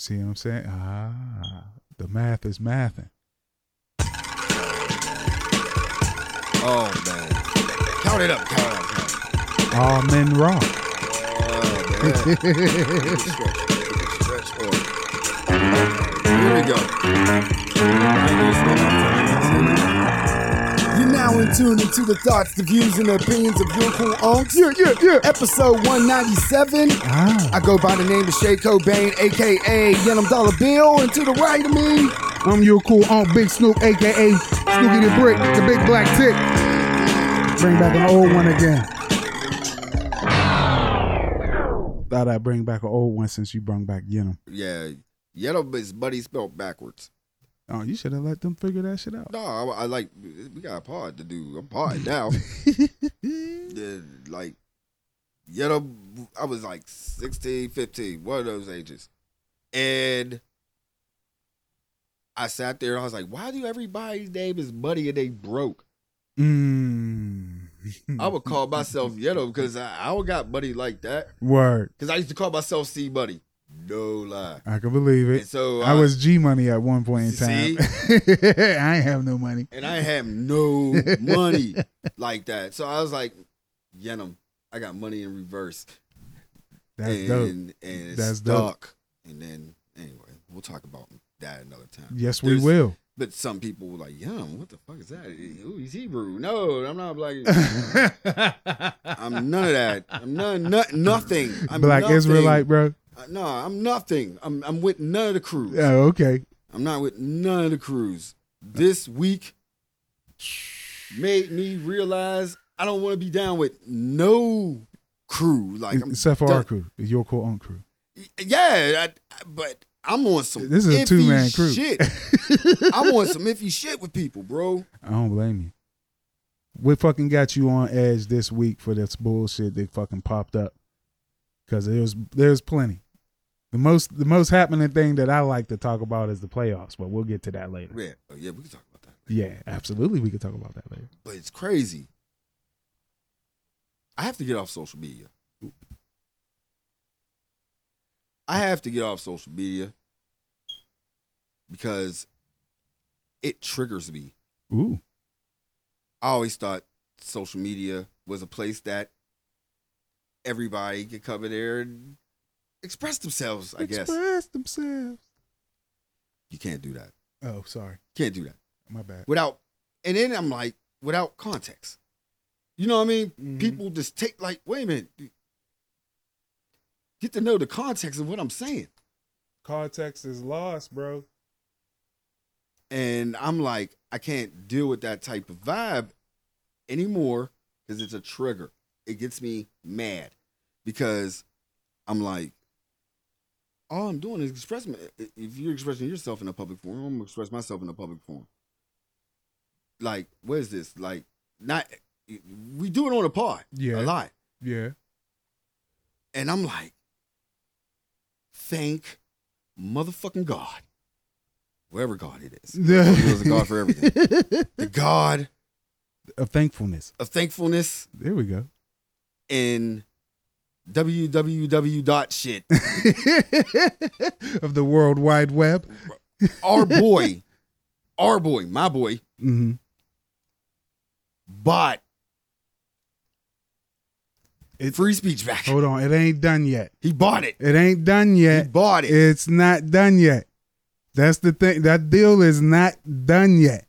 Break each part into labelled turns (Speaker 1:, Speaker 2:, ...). Speaker 1: See what I'm saying? Ah, the math is mathing.
Speaker 2: Oh man. Count it up. Count it up. Count it up.
Speaker 1: All men rock.
Speaker 2: Oh man. Look at stretch. Look at stretch for it. Here we go.
Speaker 3: You're now in tune into the thoughts, the views, and opinions of your cool unks. Yeah, yeah, yeah. Episode 197.
Speaker 1: Ah,
Speaker 3: I go by the name of Shay Cobain, aka Yenum Dollar Bill, and to the right of me,
Speaker 1: I'm your cool Unc Big Snoop, aka Snooky the Brick, the Big Black Tick. Bring back an old one again. Thought I'd bring back an old one since you brung back Yenim.
Speaker 2: Yeah. Yellow is buddy spelled backwards.
Speaker 1: Oh, you should have let them figure that shit out.
Speaker 2: No, I, I like we got a pod to do. I'm pod now. Yeah, like yellow I was like 16, 15, one of those ages. And I sat there and I was like, why do everybody's name is Buddy and they broke?
Speaker 1: Mm.
Speaker 2: I would call myself Yellow because I, I don't got money like that.
Speaker 1: Word.
Speaker 2: Because I used to call myself C Money. No lie.
Speaker 1: I can believe
Speaker 2: And
Speaker 1: it.
Speaker 2: so
Speaker 1: I was G money at one point in
Speaker 2: See?
Speaker 1: time. I ain't have no money.
Speaker 2: and I have no money like that. So I was like, Yenum, I got money in reverse.
Speaker 1: That's
Speaker 2: and
Speaker 1: dope.
Speaker 2: and it's
Speaker 1: That's dope.
Speaker 2: stuck. And then anyway, we'll talk about that another time.
Speaker 1: Yes, we
Speaker 2: There's-
Speaker 1: will.
Speaker 2: But some people were like, Yenum, what the fuck is that? Ooh, he's Hebrew. No, I'm not black. I'm none of that. I'm none, no, nothing. I'm
Speaker 1: Black
Speaker 2: nothing.
Speaker 1: Israelite, bro.
Speaker 2: Uh, No, I'm nothing. I'm I'm with none of the crews.
Speaker 1: Yeah, okay.
Speaker 2: I'm not with none of the crews. This week made me realize I don't want to be down with no crew. Like I'm
Speaker 1: Except for
Speaker 2: done-
Speaker 1: our crew, your cool on crew.
Speaker 2: Yeah, I, I- but I'm on some.
Speaker 1: This is a
Speaker 2: iffy
Speaker 1: two-man crew.
Speaker 2: Shit. I'm on some iffy shit with people, bro.
Speaker 1: I don't blame you. What fucking got you on edge this week for this bullshit that fucking popped up? Because there's there's plenty. The most the most happening thing that I like to talk about is the playoffs, but we'll get to that later.
Speaker 2: Yeah, oh, yeah, we can talk about that.
Speaker 1: Yeah, absolutely, we could talk about that later.
Speaker 2: But it's crazy. I have to get off social media. I have to get off social media because it triggers me.
Speaker 1: Ooh,
Speaker 2: I always thought social media was a place that everybody could come in there and express themselves, I
Speaker 1: express
Speaker 2: guess.
Speaker 1: themselves.
Speaker 2: You can't do that.
Speaker 1: Oh, sorry,
Speaker 2: Can't do that.
Speaker 1: my bad.
Speaker 2: Without and then I'm like, without context. You know what I mean?
Speaker 1: Mhm.
Speaker 2: Mm-hmm. People just take like, wait a minute. dude. Get to know the context of what I'm saying.
Speaker 1: Context is lost, bro.
Speaker 2: And I'm like, I can't deal with that type of vibe anymore because it's a trigger. It gets me mad because I'm like, all I'm doing is expressing. If you're expressing yourself in a public forum, I'm gonna express myself in a public forum. Like, what is this? Like, not we do it on a pod,
Speaker 1: Yeah.
Speaker 2: a lot.
Speaker 1: Yeah.
Speaker 2: And I'm like, thank motherfucking God. Wherever God it is. There was a God for everything. The God
Speaker 1: of thankfulness.
Speaker 2: of thankfulness
Speaker 1: There we go.
Speaker 2: in www dot shit.
Speaker 1: of the World Wide Web.
Speaker 2: Our boy, our boy, my boy,
Speaker 1: Mm-hmm.
Speaker 2: bought
Speaker 1: It-
Speaker 2: free speech back.
Speaker 1: Hold on, it ain't done yet.
Speaker 2: He bought it.
Speaker 1: It ain't done
Speaker 2: He
Speaker 1: yet.
Speaker 2: bought it.
Speaker 1: It's not done yet. That's the thing. That deal is not done yet.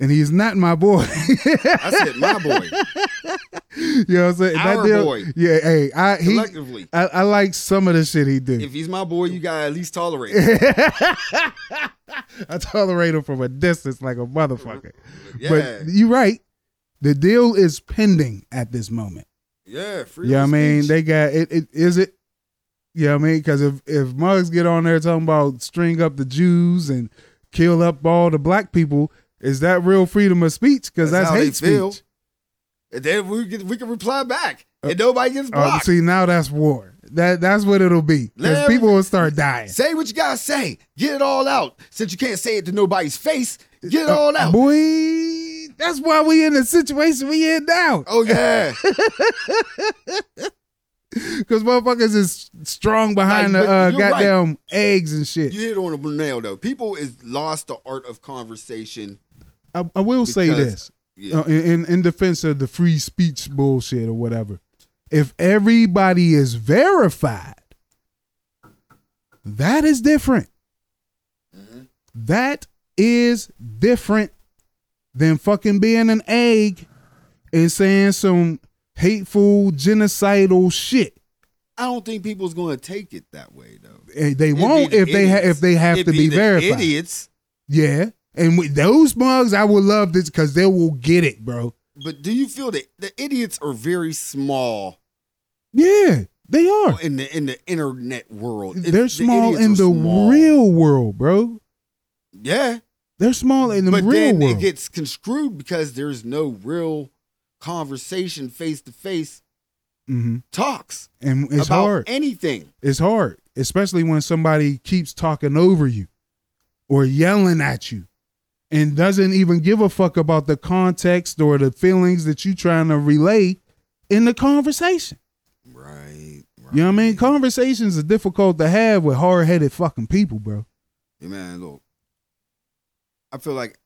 Speaker 1: And he's not my boy.
Speaker 2: I said, my boy,
Speaker 1: you know what I'm saying?
Speaker 2: Our
Speaker 1: that deal,
Speaker 2: boy.
Speaker 1: Yeah, hey, I he
Speaker 2: collectively.
Speaker 1: I, I like some of the shit he do.
Speaker 2: If he's my boy, you gotta at least tolerate. it.
Speaker 1: I tolerate him from a distance like a motherfucker.
Speaker 2: Yeah,
Speaker 1: But you're right. The deal is pending at this moment.
Speaker 2: yeah. Free
Speaker 1: Yeah, I mean,
Speaker 2: speech.
Speaker 1: they got it. it is it? Yeah, I mean, because if if mugs get on there talking about string up the Jews and kill up all the black people, is that real freedom of speech? Because that's,
Speaker 2: That's how they
Speaker 1: hate
Speaker 2: feel.
Speaker 1: speech.
Speaker 2: And then we can, we can reply back, and nobody gets
Speaker 1: Uh,
Speaker 2: blocked.
Speaker 1: see, now that's war. That that's what it'll be. Because
Speaker 2: Let
Speaker 1: people will start dying.
Speaker 2: say what you gotta say. Get it all out. Since you can't say it to nobody's face, get it
Speaker 1: Uh,
Speaker 2: all out.
Speaker 1: Boy, that's why we in the situation we in now.
Speaker 2: Oh yeah.
Speaker 1: Because motherfuckers is strong behind
Speaker 2: Like,
Speaker 1: the
Speaker 2: but
Speaker 1: uh,
Speaker 2: you're right.
Speaker 1: goddamn eggs and shit.
Speaker 2: You hit on a nail though. People is lost the art of conversation.
Speaker 1: I, I will say
Speaker 2: Because-
Speaker 1: this
Speaker 2: Yeah.
Speaker 1: uh, in, in in defense of the free speech bullshit or whatever. If everybody is verified, that is different.
Speaker 2: Mm-hmm.
Speaker 1: That is different than fucking being an egg and saying some hateful genocidal shit.
Speaker 2: I don't think people's going to take it that way though.
Speaker 1: Eh, They
Speaker 2: It'd be
Speaker 1: won't
Speaker 2: the
Speaker 1: if they ha-
Speaker 2: idiots.
Speaker 1: if they have
Speaker 2: It'd
Speaker 1: to be,
Speaker 2: the
Speaker 1: verified.
Speaker 2: Idiots,
Speaker 1: Yeah, and with those mugs, I would love this because they will get it, bro.
Speaker 2: but do you feel that the idiots are very small
Speaker 1: Yeah, they are.
Speaker 2: in the in the internet world? It's-
Speaker 1: They're
Speaker 2: the
Speaker 1: small
Speaker 2: idiots
Speaker 1: in
Speaker 2: are
Speaker 1: the
Speaker 2: small.
Speaker 1: real world, bro.
Speaker 2: Yeah,
Speaker 1: They're small in the
Speaker 2: but
Speaker 1: real
Speaker 2: then
Speaker 1: world.
Speaker 2: it gets construed because there's no real conversation face to face
Speaker 1: hmm
Speaker 2: talks
Speaker 1: And it's
Speaker 2: about
Speaker 1: hard.
Speaker 2: anything.
Speaker 1: It's hard, especially when somebody keeps talking over you or yelling at you and doesn't even give a fuck about the context or the feelings that you're trying to relay in the conversation.
Speaker 2: Right. right.
Speaker 1: You know what I mean? Conversations are difficult to have with hard headed fucking people, bro.
Speaker 2: Hey, man, look. I feel like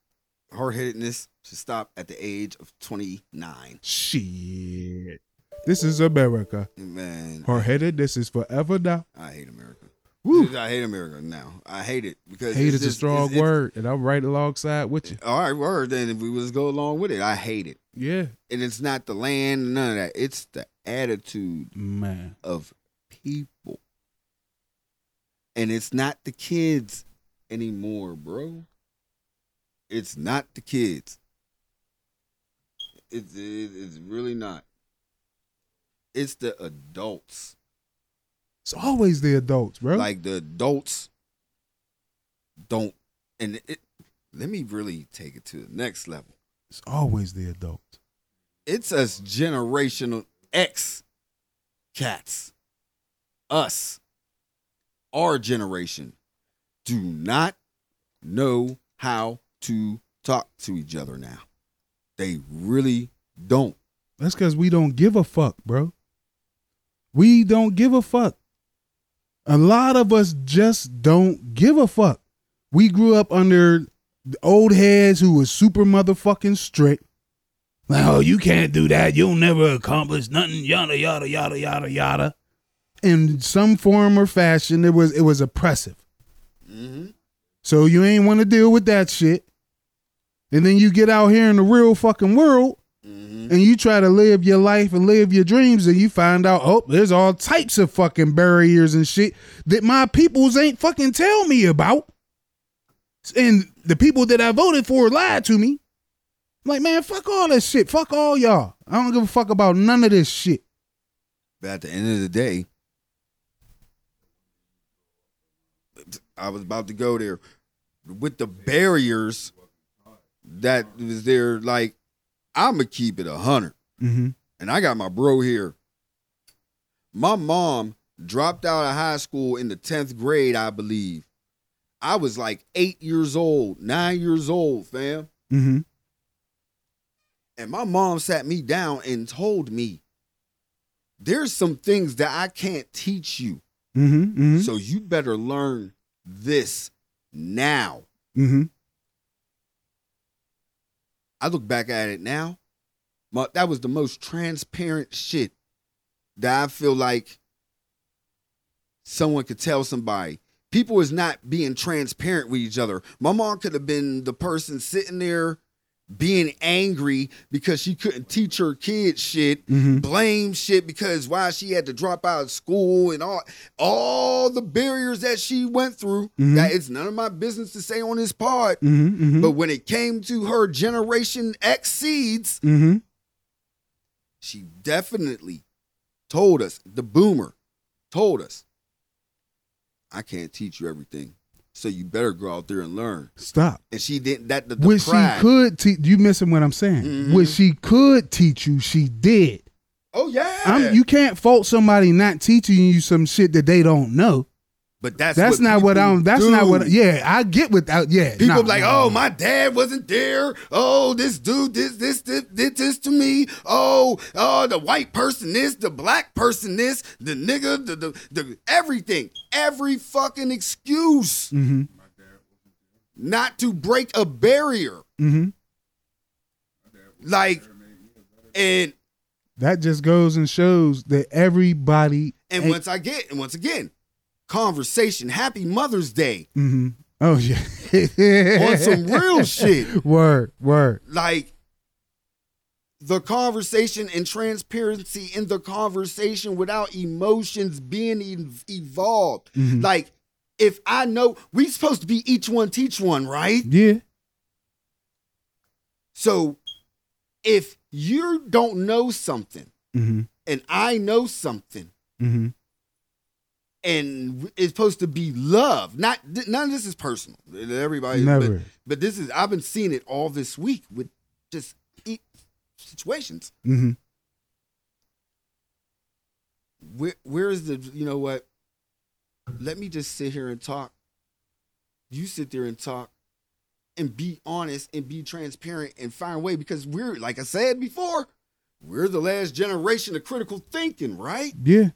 Speaker 2: hard headedness should stop at the age of 29.
Speaker 1: Shit. This is America.
Speaker 2: Man,
Speaker 1: Hard headed, this is forever now.
Speaker 2: I hate America.
Speaker 1: Woo.
Speaker 2: I hate America now. I hate it because
Speaker 1: Hate
Speaker 2: it's
Speaker 1: is a
Speaker 2: just-
Speaker 1: strong
Speaker 2: it's- it's-
Speaker 1: word, and I'm right alongside with you.
Speaker 2: All right, word. Then if we just go along with it, I hate it,
Speaker 1: Yeah,
Speaker 2: and it's not the land, none of that. It's the attitude
Speaker 1: man.
Speaker 2: of people, and it's not the kids anymore, bro. It's not the kids. It's it, it's really not. It's the adults,
Speaker 1: It's always the adults, bro.
Speaker 2: like the adults don't, and it. Let me really take it to the next level.
Speaker 1: it's always the adults.
Speaker 2: it's us generational X cats. Us, our generation, do not know how to talk to each other now. They really don't.
Speaker 1: That's because we don't give a fuck, bro. We don't give a fuck. A lot of us just don't give a fuck. We grew up under the old heads who was super motherfucking strict. Like, oh, you can't do that. You'll never accomplish nothing. Yada yada yada yada yada. In some form or fashion, it was it was oppressive.
Speaker 2: Mm-hmm.
Speaker 1: So you ain't want to deal with that shit. And then you get out here in the real fucking world
Speaker 2: Mm-hmm.
Speaker 1: and you try to live your life and live your dreams and you find out, oh, there's all types of fucking barriers and shit that my peoples ain't fucking tell me about. And the people that I voted for lied to me. I'm like, man, fuck all that shit. Fuck all y'all. I don't give a fuck about none of this shit.
Speaker 2: But at the end of the day, I was about to go there with the barriers that was there. Like, I'm going to keep it a 100.
Speaker 1: Mm-hmm.
Speaker 2: and I got my bro here. My mom dropped out of high school in the 10th grade, I believe. I was like eight years old, nine years old, fam.
Speaker 1: Mm-hmm.
Speaker 2: And my mom sat me down and told me, There's some things that I can't teach you.
Speaker 1: Mm-hmm. Mm-hmm.
Speaker 2: So you better learn this now.
Speaker 1: mm-hmm.
Speaker 2: I look back at it now. My, that was the most transparent shit that I feel like someone could tell somebody. People is not being transparent with each other. My mom could have been the person sitting there being angry because she couldn't teach her kids shit,
Speaker 1: Mm-hmm.
Speaker 2: blame shit because why she had to drop out of school and all all the barriers that she went through.
Speaker 1: Mhm.
Speaker 2: That it's none of my business to say on this pod.
Speaker 1: Mm-hmm.
Speaker 2: But when it came to her generation X seeds,
Speaker 1: mm-hmm.
Speaker 2: she definitely told us, the boomer told us, I can't teach you everything. So you better go out there and learn.
Speaker 1: Stop.
Speaker 2: And she didn't that the, the
Speaker 1: Which
Speaker 2: pride.
Speaker 1: she could teach you missing what I'm saying.
Speaker 2: Mhm.
Speaker 1: Which she could teach you, she did.
Speaker 2: Oh yeah.
Speaker 1: I'm, you can't fault somebody not teaching you some shit that they don't know.
Speaker 2: But that's
Speaker 1: That's
Speaker 2: what
Speaker 1: not what
Speaker 2: people
Speaker 1: I'm. That's
Speaker 2: do.
Speaker 1: not what. Yeah, I get without. Yeah,
Speaker 2: People
Speaker 1: nah,
Speaker 2: be like,
Speaker 1: nah.
Speaker 2: oh, my dad wasn't there. Oh, this dude did this, this did this to me. Oh, oh, the white person this, the black person this, the nigga, the the, the everything, every fucking excuse
Speaker 1: Mhm.
Speaker 2: not to break a barrier.
Speaker 1: Mhm.
Speaker 2: Like, and
Speaker 1: That just goes and shows that everybody.
Speaker 2: and
Speaker 1: ain't-
Speaker 2: once I get and once again, conversation. Happy Mother's Day
Speaker 1: Mhm. Oh yeah.
Speaker 2: on some real shit.
Speaker 1: Word, word.
Speaker 2: like the conversation and transparency in the conversation without emotions being ev- evolved.
Speaker 1: Mhm.
Speaker 2: Like, if I know we supposed to be each one teach one, right?
Speaker 1: Yeah.
Speaker 2: So, if you don't know something
Speaker 1: Mm-hmm.
Speaker 2: and I know something,
Speaker 1: Mm-hmm.
Speaker 2: and it's supposed to be love, not th- none of this is personal. Everybody, but-
Speaker 1: Never.
Speaker 2: but this is I've been seeing it all this week with just e- situations.
Speaker 1: Mm-hmm.
Speaker 2: where where is the you know what? Let me just sit here and talk. You sit there and talk and be honest and be transparent and find a way because we're like I said before, we're the last generation of critical thinking, right?
Speaker 1: Yeah.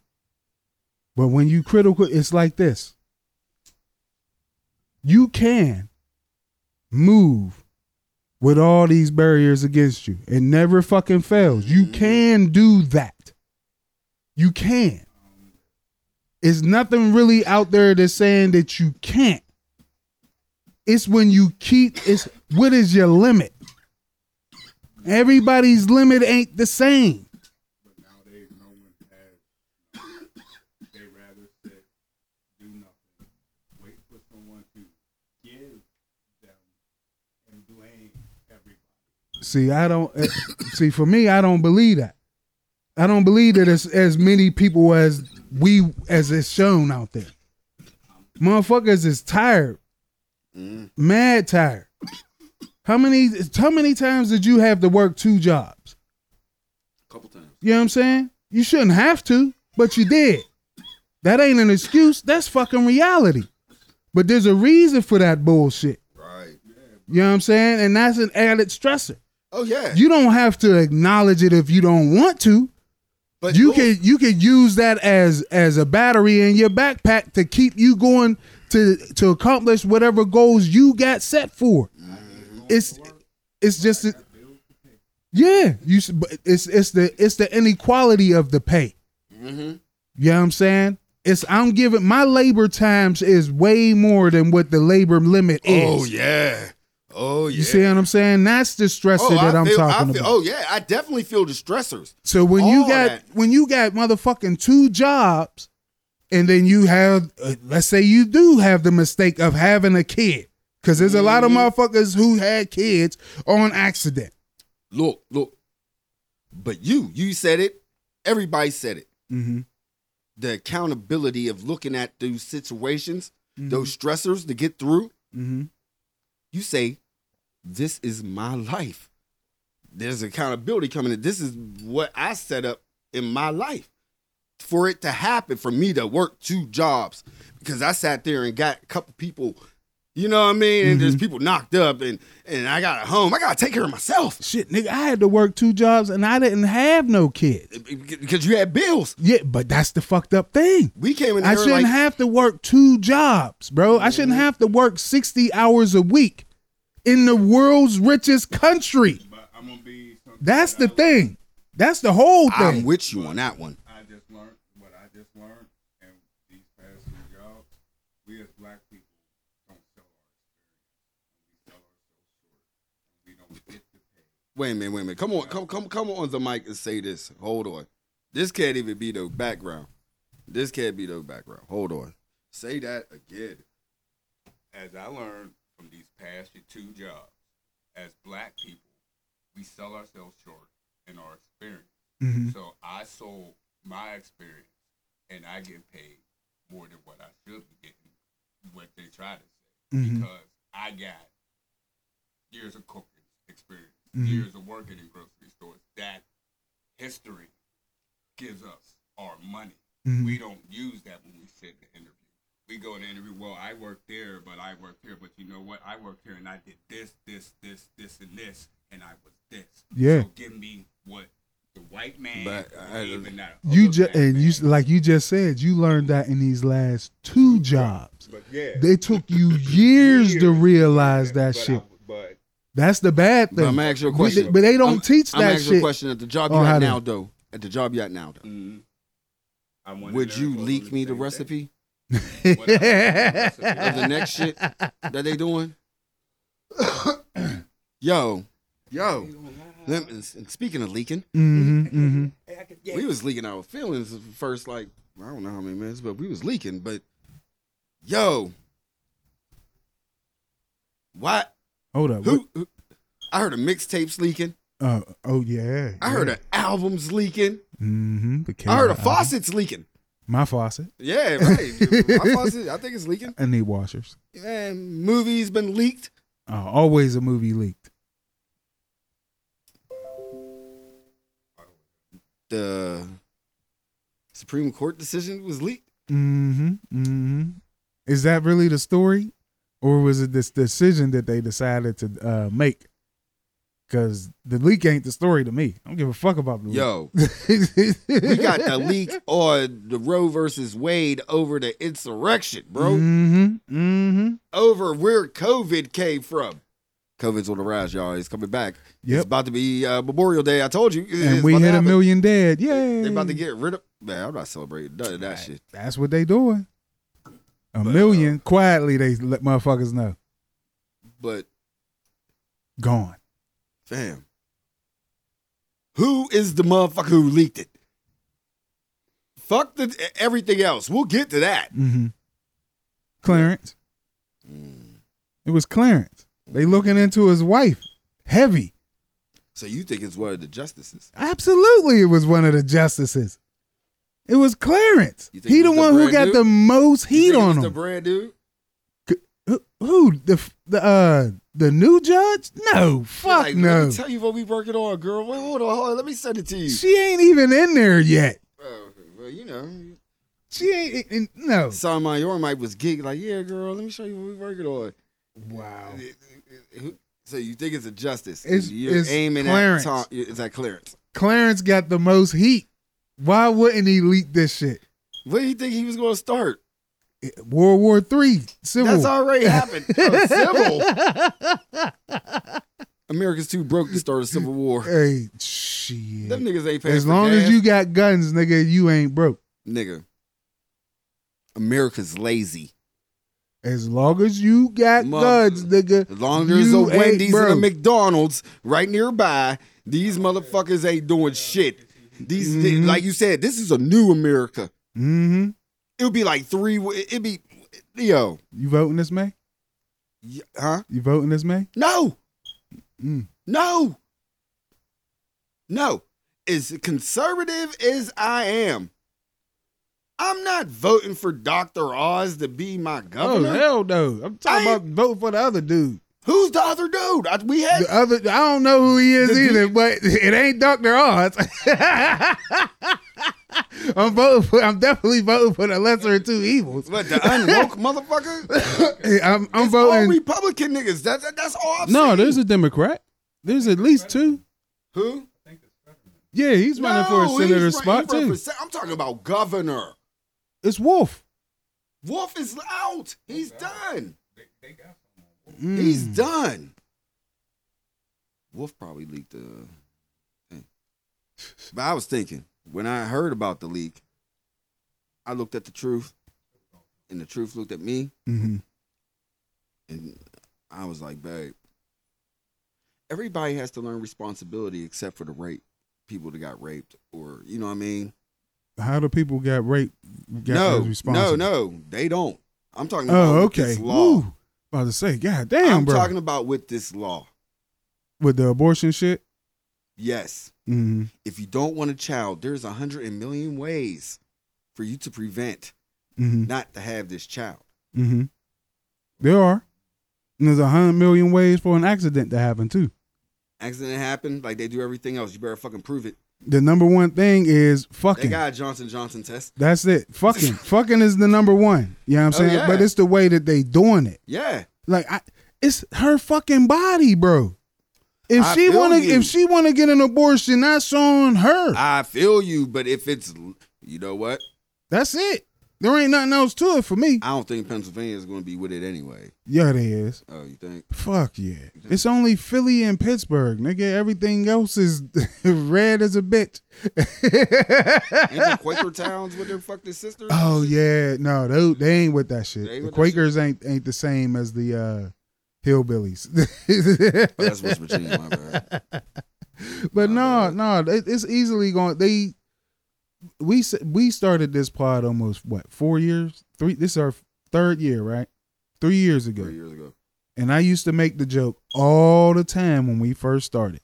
Speaker 1: But when you critical, it's like this. You can move with all these barriers against you. It never fucking fails. You can do that. You can. It's nothing really out there that's saying that you can't. It's when you keep it's what is your limit? Everybody's limit ain't the same.
Speaker 4: nowadays no one has they rather sit, do nothing, wait for someone to give them and blame everybody.
Speaker 1: See, I don't eh, see for me. I don't believe that. I don't believe that it's as many people as we as it's shown out there. Motherfuckers is tired,
Speaker 2: Mm.
Speaker 1: mad tired. How many how many times did you have to work two jobs?
Speaker 2: A couple times.
Speaker 1: You know what I'm saying? You shouldn't have to, but you did. That ain't an excuse. That's fucking reality. But there's a reason for that bullshit.
Speaker 2: Right.
Speaker 1: You know what I'm saying? And that's an added stressor.
Speaker 2: Oh yeah.
Speaker 1: You don't have to acknowledge it if you don't want to.
Speaker 2: but oh,
Speaker 1: you
Speaker 2: bull-
Speaker 1: can you can use that as as a battery in your backpack to keep you going to to accomplish whatever goals you got set for. It's it's just a- yeah. You s- but it's it's the it's the inequality of the pay.
Speaker 2: Mm-hmm.
Speaker 1: You know what I'm saying? It's I'm giving my labor times is way more than what the labor limit is.
Speaker 2: Oh yeah. Oh yeah.
Speaker 1: You see what I'm saying? That's the stressor
Speaker 2: oh,
Speaker 1: that I'm
Speaker 2: feel,
Speaker 1: talking
Speaker 2: I feel,
Speaker 1: about.
Speaker 2: Oh yeah, I definitely feel the stressors.
Speaker 1: So when you
Speaker 2: All
Speaker 1: got
Speaker 2: that.
Speaker 1: when you got motherfucking two jobs, and then you have uh, let's say you do have the mistake of having a kid, because there's a lot of motherfuckers who had kids on accident.
Speaker 2: Look, look. But you, you said it. Everybody said it.
Speaker 1: Mm-hmm.
Speaker 2: the accountability of looking at those situations, those stressors to get through,
Speaker 1: Mm-hmm.
Speaker 2: you say, This is my life. There's accountability coming in. This is what I set up in my life for it to happen, for me to work two jobs. Because I sat there and got a couple people, you know what I mean? And there's people knocked up and and I got a home. I gotta take care of myself.
Speaker 1: Shit, nigga, I had to work two jobs and I didn't have no kids.
Speaker 2: Because eh, you had bills.
Speaker 1: Yeah, but that's the fucked up thing.
Speaker 2: We came in
Speaker 1: I
Speaker 2: there
Speaker 1: shouldn't
Speaker 2: like
Speaker 1: have to work two jobs, bro. I shouldn't have to work sixty hours a week in the world's richest country.
Speaker 4: But I'm gonna be something
Speaker 1: That's the
Speaker 4: that
Speaker 1: thing. That's the whole thing.
Speaker 2: I'm with you on that one.
Speaker 4: I, I just learned what I just learned and these past few jobs. We as black people don't sell our experience. We sell ourselves short. We don't get the pay.
Speaker 2: Wait a minute, wait a minute. Come on, come come come on the mic and say this. Hold on. This can't even be the background. This can't be the background. Hold on. Say that again.
Speaker 4: as I learned from these past two jobs, as black people, we sell ourselves short in our experience.
Speaker 1: Mhm.
Speaker 4: So I sold my experience and I get paid more than what I should be getting, what they try to say,
Speaker 1: Mhm.
Speaker 4: because I got years of cooking experience,
Speaker 1: Mhm.
Speaker 4: years of working in grocery stores. That history gives us our money.
Speaker 1: Mhm.
Speaker 4: We don't use that when we sit in the interview. we go to interview. Well, I worked there, but I worked here. But you know what? I worked here, and I did this, this, this, this, and this, and I was this.
Speaker 1: Yeah.
Speaker 4: So give me what the white man
Speaker 2: But I-
Speaker 4: even that
Speaker 1: You
Speaker 4: other
Speaker 1: just
Speaker 4: black
Speaker 1: and you
Speaker 4: man.
Speaker 1: s- like you just said you learned that in these last two jobs.
Speaker 4: But yeah,
Speaker 1: They took you years to realize that
Speaker 4: but I-
Speaker 1: shit.
Speaker 4: but
Speaker 1: That's the bad thing.
Speaker 2: But I'm asking you a question.
Speaker 1: But they don't
Speaker 2: I'm-
Speaker 1: teach
Speaker 2: I'm
Speaker 1: that
Speaker 2: asking you a
Speaker 1: shit.
Speaker 2: question at the job
Speaker 1: on
Speaker 2: you're
Speaker 1: how
Speaker 2: at
Speaker 1: to-
Speaker 2: now, though. At the job you're at now, though.
Speaker 4: mm, I wanna
Speaker 2: Would
Speaker 4: learn
Speaker 2: you
Speaker 4: more
Speaker 2: leak
Speaker 4: on
Speaker 2: me the
Speaker 4: same thing.
Speaker 2: recipe
Speaker 4: What I learned from
Speaker 2: of the
Speaker 4: recipe.
Speaker 2: next shit that they doing? yo, yo. Let me- and speaking of leaking,
Speaker 1: hmm hmm
Speaker 2: we was leaking our feelings the first like I don't know how many minutes, but we was leaking. But yo, what?
Speaker 1: Hold up.
Speaker 2: Who? who- I heard a mixtapes leaking.
Speaker 1: what- Uh, oh yeah.
Speaker 2: I heard a albums leaking.
Speaker 1: Mm-hmm.
Speaker 2: I heard a faucet's leaking.
Speaker 1: My faucet.
Speaker 2: Yeah, right. My faucet, I think it's leaking.
Speaker 1: I need washers.
Speaker 2: And movies been leaked.
Speaker 1: Uh, always a movie leaked.
Speaker 2: The Supreme Court decision was leaked.
Speaker 1: Mm-hmm. Mm-hmm. Is that really the story, or was it this decision that they decided to uh, make? Because the leak ain't the story to me. I don't give a fuck about the leak.
Speaker 2: Yo,
Speaker 1: we
Speaker 2: we got the leak on the Roe versus Wade over the insurrection, bro.
Speaker 1: Mm-hmm. Mm-hmm.
Speaker 2: Over where COVID came from. COVID's on the rise, y'all. It's coming back. It's
Speaker 1: Yep.
Speaker 2: about to be uh, Memorial Day. I told you. It's
Speaker 1: And we
Speaker 2: about to
Speaker 1: hit a
Speaker 2: happen.
Speaker 1: million dead. Yay.
Speaker 2: They about to get rid of. Man, I'm not celebrating none of that shit.
Speaker 1: That's what they doing. A million
Speaker 2: uh,
Speaker 1: quietly. They let motherfuckers know.
Speaker 2: But
Speaker 1: Gone.
Speaker 2: fam, who is the motherfucker who leaked it? Fuck the e, everything else. We'll get to that.
Speaker 1: Mm-hmm. Clarence. Mm. It was Clarence. They looking into his wife. Heavy.
Speaker 2: So you think it's one of the justices?
Speaker 1: Absolutely, it was one of the justices. It was Clarence.
Speaker 2: You think
Speaker 1: He
Speaker 2: it
Speaker 1: the
Speaker 2: was the
Speaker 1: one who
Speaker 2: brand
Speaker 1: got
Speaker 2: new?
Speaker 1: the most
Speaker 2: You
Speaker 1: heat
Speaker 2: think it was
Speaker 1: on
Speaker 2: The
Speaker 1: him.
Speaker 2: brand dude.
Speaker 1: who, who? the f- the uh the new judge? No, fuck
Speaker 2: Like, Let
Speaker 1: no.
Speaker 2: me tell you what we working on, girl. Wait, hold on, hold on. Let me send it to you.
Speaker 1: she ain't even in there yet.
Speaker 2: Oh, well, you know,
Speaker 1: She ain't in, no.
Speaker 2: Son my your mic was geek. Like, yeah, girl. Let me show you what we working on.
Speaker 1: Wow.
Speaker 2: So you think it's a justice?
Speaker 1: It's-
Speaker 2: You're
Speaker 1: it's
Speaker 2: aiming
Speaker 1: Clarence.
Speaker 2: at Tom. It's at Clarence.
Speaker 1: Clarence got the most heat. Why wouldn't he leak this shit?
Speaker 2: Where do you think he was going to start?
Speaker 1: It- World War Three, Civil.
Speaker 2: That's
Speaker 1: War.
Speaker 2: already happened. Oh, civil. America's too broke to start a civil war.
Speaker 1: Hey, shit.
Speaker 2: Them niggas ain't paying
Speaker 1: As
Speaker 2: for
Speaker 1: long
Speaker 2: gas.
Speaker 1: as you got guns, nigga, you ain't broke.
Speaker 2: nigga. America's lazy.
Speaker 1: As long as you got
Speaker 2: Mother-
Speaker 1: guns, nigga.
Speaker 2: As long as there's
Speaker 1: you
Speaker 2: a
Speaker 1: ain't
Speaker 2: Wendy's and a
Speaker 1: broke.
Speaker 2: McDonald's right nearby, these motherfuckers ain't doing shit. These,
Speaker 1: Mhm.
Speaker 2: like you said, this is a new America.
Speaker 1: Mm-hmm.
Speaker 2: It would be like three. It'd be, yo,
Speaker 1: You voting this May?
Speaker 2: y- huh?
Speaker 1: You voting this May?
Speaker 2: No,
Speaker 1: Mm.
Speaker 2: no, no. As conservative as I am, I'm not voting for Dr. Oz to be my
Speaker 1: Oh
Speaker 2: governor.
Speaker 1: hell no! I'm talking
Speaker 2: I-
Speaker 1: about voting for the other dude.
Speaker 2: Who's the other dude? I, we had
Speaker 1: The other, I don't know who he is
Speaker 2: The
Speaker 1: either, but it ain't Doctor Oz. I'm voting for. I'm definitely voting for the lesser of two evils.
Speaker 2: what the unwoke motherfucker.
Speaker 1: I'm, I'm
Speaker 2: It's all
Speaker 1: voting.
Speaker 2: Republican niggas. That, that- that's all. I'm
Speaker 1: No,
Speaker 2: saying.
Speaker 1: there's a Democrat. There's at least two.
Speaker 2: who
Speaker 1: Yeah, he's running for a
Speaker 2: No,
Speaker 1: senator
Speaker 2: he's running
Speaker 1: spot
Speaker 2: for a
Speaker 1: too.
Speaker 2: percent- I'm talking about governor.
Speaker 1: It's Wolf.
Speaker 2: Wolf is out. He's
Speaker 1: Oh,
Speaker 2: done.
Speaker 1: Mm.
Speaker 2: He's done. Wolf probably leaked the thing. But I was thinking, when I heard about the leak, I looked at the truth, and the truth looked at me,
Speaker 1: Mhm.
Speaker 2: and I was like, babe, everybody has to learn responsibility except for the rape people that got raped, or, you know what I mean?
Speaker 1: How do people got raped? Got those
Speaker 2: no, no,
Speaker 1: responsible?
Speaker 2: no, they don't. I'm talking about
Speaker 1: Oh,
Speaker 2: with
Speaker 1: okay.
Speaker 2: this law.
Speaker 1: Woo. About to say, God damn,
Speaker 2: I'm
Speaker 1: bro.
Speaker 2: talking about with this law.
Speaker 1: With the abortion shit.
Speaker 2: Yes.
Speaker 1: Mm-hmm.
Speaker 2: if you don't want a child, there's a hundred and million ways for you to prevent
Speaker 1: Mm-hmm.
Speaker 2: not to have this child.
Speaker 1: Mm-hmm. There are. And there's a hundred million ways for an accident to happen too.
Speaker 2: Accident happened, like they do everything else. You better fucking prove it.
Speaker 1: the number one thing is
Speaker 2: They
Speaker 1: fucking.
Speaker 2: got a Johnson Johnson test.
Speaker 1: That's it. Fucking. fucking is the number one. You know what I'm
Speaker 2: Oh,
Speaker 1: saying?
Speaker 2: yeah.
Speaker 1: But it's the way that they doing it.
Speaker 2: Yeah.
Speaker 1: Like I, it's her fucking body, bro. If
Speaker 2: I
Speaker 1: she
Speaker 2: feel
Speaker 1: wanna
Speaker 2: you.
Speaker 1: if she wanna get an abortion, that's on her.
Speaker 2: I feel you, but if it's you know what?
Speaker 1: that's it. There ain't nothing else to it for me.
Speaker 2: I don't think Pennsylvania is going to be with it anyway.
Speaker 1: Yeah, there is.
Speaker 2: Oh, you think?
Speaker 1: Fuck yeah. It's only Philly and Pittsburgh, nigga. Everything else is red as a bitch.
Speaker 2: Ain't the Quaker towns with their fucking sisters? and
Speaker 1: Oh
Speaker 2: shit?
Speaker 1: yeah, no, they, they ain't with that shit.
Speaker 2: They ain't
Speaker 1: The
Speaker 2: with that shit.
Speaker 1: Quakers ain't ain't the same as the uh,
Speaker 2: Oh,
Speaker 1: hillbillies.
Speaker 2: that's West Virginia, my bad.
Speaker 1: but
Speaker 2: My
Speaker 1: no, no, it, it's easily going. They we s- we started this pod almost what four years, three. This is our third year, right? Three years ago.
Speaker 2: Three years ago.
Speaker 1: And I used to make the joke all the time when we first started.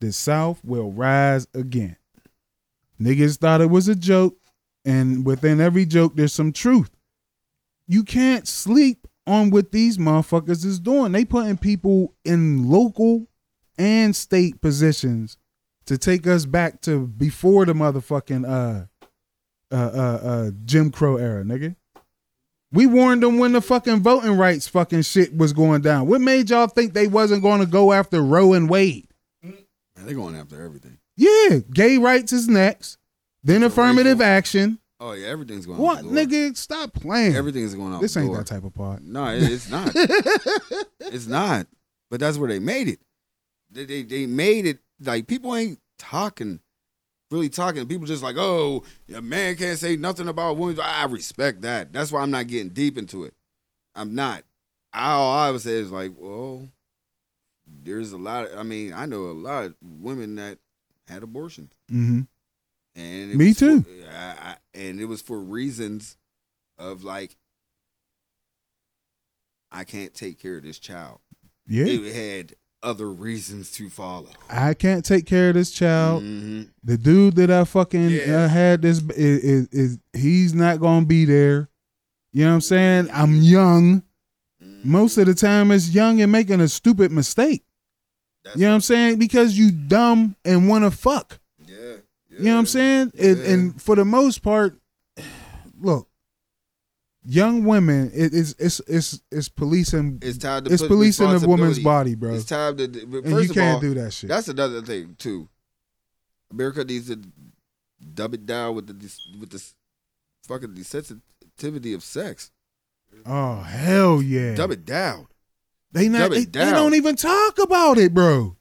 Speaker 1: The South will rise again. Niggas thought it was a joke, and within every joke, there's some truth. You can't sleep on what these motherfuckers is doing. They putting people in local and state positions to take us back to before the motherfucking uh uh uh, uh Jim Crow era, nigga. We warned them when the fucking voting rights fucking shit was going down. What made y'all think they wasn't going to go after Roe and Wade?
Speaker 2: Man, they're going after everything.
Speaker 1: Yeah, gay rights is next. Then
Speaker 2: It's a
Speaker 1: affirmative
Speaker 2: racial-
Speaker 1: action.
Speaker 2: Oh yeah, everything's going.
Speaker 1: What,
Speaker 2: out the door.
Speaker 1: nigga? Stop playing.
Speaker 2: Everything's going out.
Speaker 1: this
Speaker 2: the
Speaker 1: ain't
Speaker 2: door.
Speaker 1: that type of pod.
Speaker 2: No, it- it's not. it's not. But that's where they made it. They, they they made it like people ain't talking, really talking. People just like, oh, a man can't say nothing about women. I respect that. That's why I'm not getting deep into it. I'm not. I, all I would say is like, well, there's a lot. Of, I mean, I know a lot of women that had abortions,
Speaker 1: hmm
Speaker 2: and it
Speaker 1: Me
Speaker 2: was
Speaker 1: too.
Speaker 2: For, I, I, and it was for reasons of like, I can't take care of this child
Speaker 1: Yeah.
Speaker 2: it had other reasons to follow.
Speaker 1: I can't take care of this child.
Speaker 2: Mhm.
Speaker 1: The dude that I fucking
Speaker 2: Yeah.
Speaker 1: uh, had this is, is, is he's not gonna be there. You know what I'm saying? I'm young. Most of the time, it's young and making a stupid mistake.
Speaker 2: That's-
Speaker 1: You know what I'm saying? Because you dumb and want to fuck.
Speaker 2: Yeah, yeah.
Speaker 1: You know what I'm saying? And,
Speaker 2: Yeah.
Speaker 1: and for the most part, look, young women, it, it's it's it's it's policing.
Speaker 2: It's time to
Speaker 1: It's
Speaker 2: put
Speaker 1: policing a woman's
Speaker 2: responsibility.
Speaker 1: body, bro.
Speaker 2: It's time to. But
Speaker 1: And
Speaker 2: first
Speaker 1: you
Speaker 2: of
Speaker 1: can't
Speaker 2: all,
Speaker 1: do that shit.
Speaker 2: that's another thing too. America needs to dumb it down with the dis- with this fucking desensitivity of sex.
Speaker 1: oh hell yeah!
Speaker 2: Dumb it down
Speaker 1: they not.
Speaker 2: dumb it
Speaker 1: They, they
Speaker 2: down.
Speaker 1: don't even talk about it, bro.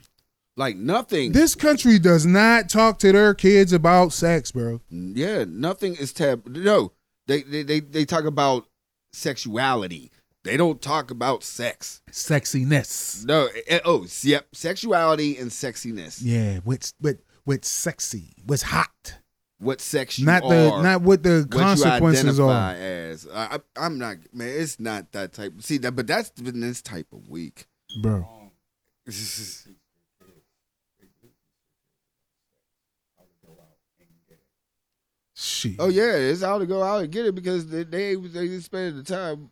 Speaker 2: like nothing.
Speaker 1: This country does not talk to their kids about sex, bro.
Speaker 2: Yeah, nothing is tab. No, they they they, they talk about sexuality. They don't talk about sex.
Speaker 1: Sexiness.
Speaker 2: No, eh, oh, s- yep, sexuality and sexiness.
Speaker 1: Yeah, what's what what's sexy? What's hot?
Speaker 2: What sex you
Speaker 1: Not the
Speaker 2: are,
Speaker 1: not what the
Speaker 2: what
Speaker 1: consequences
Speaker 2: you
Speaker 1: are.
Speaker 2: identify as. I, I, am not, man. It's not that type. See that, but that's been this type of week.
Speaker 1: bro. Shit.
Speaker 2: oh yeah, it's how to go out and get it because they they, they just spend the time.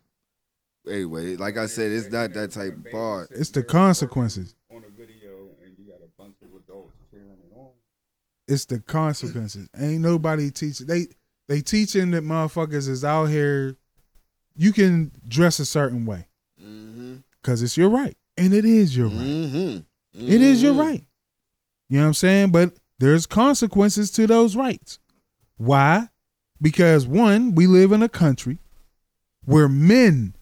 Speaker 2: Anyway, like I said, it's not that type of part.
Speaker 1: It's the consequences.
Speaker 4: on a video and you got a bunch of adults cheering it on.
Speaker 1: It's the consequences. Ain't nobody teaching. They they teaching that motherfuckers is out here. You can dress a certain way
Speaker 2: Mm-hmm.
Speaker 1: because it's your right, and it is your right.
Speaker 2: Mm-hmm.
Speaker 1: It is your right. You know what I'm saying? But there's consequences to those rights. Why? Because one, we live in a country where men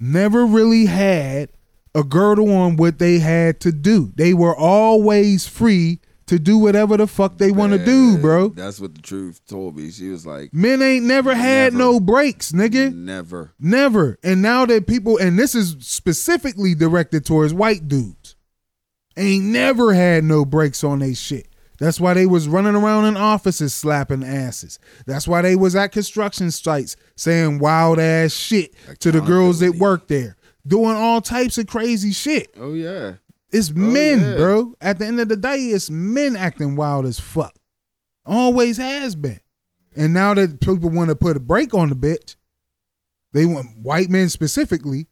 Speaker 1: never really had a girdle on what they had to do. They were always free to do whatever the fuck they want to do,
Speaker 2: Man,
Speaker 1: bro.
Speaker 2: That's what the truth told me. She was like,
Speaker 1: Men ain't never had
Speaker 2: Never.
Speaker 1: no breaks, nigga.
Speaker 2: never.
Speaker 1: Never. And now that people, and this is specifically directed towards white dudes, ain't never had no brakes on they shit. That's why they was running around in offices slapping asses. That's why they was at construction sites saying wild ass shit to the girls that
Speaker 2: Accountability.
Speaker 1: work there, doing all types of crazy shit.
Speaker 2: Oh yeah.
Speaker 1: It's men,
Speaker 2: yeah.
Speaker 1: bro. At the end of the day, it's men acting wild as fuck. Always has been. And now that people want to put a break on the bitch, they want white men specifically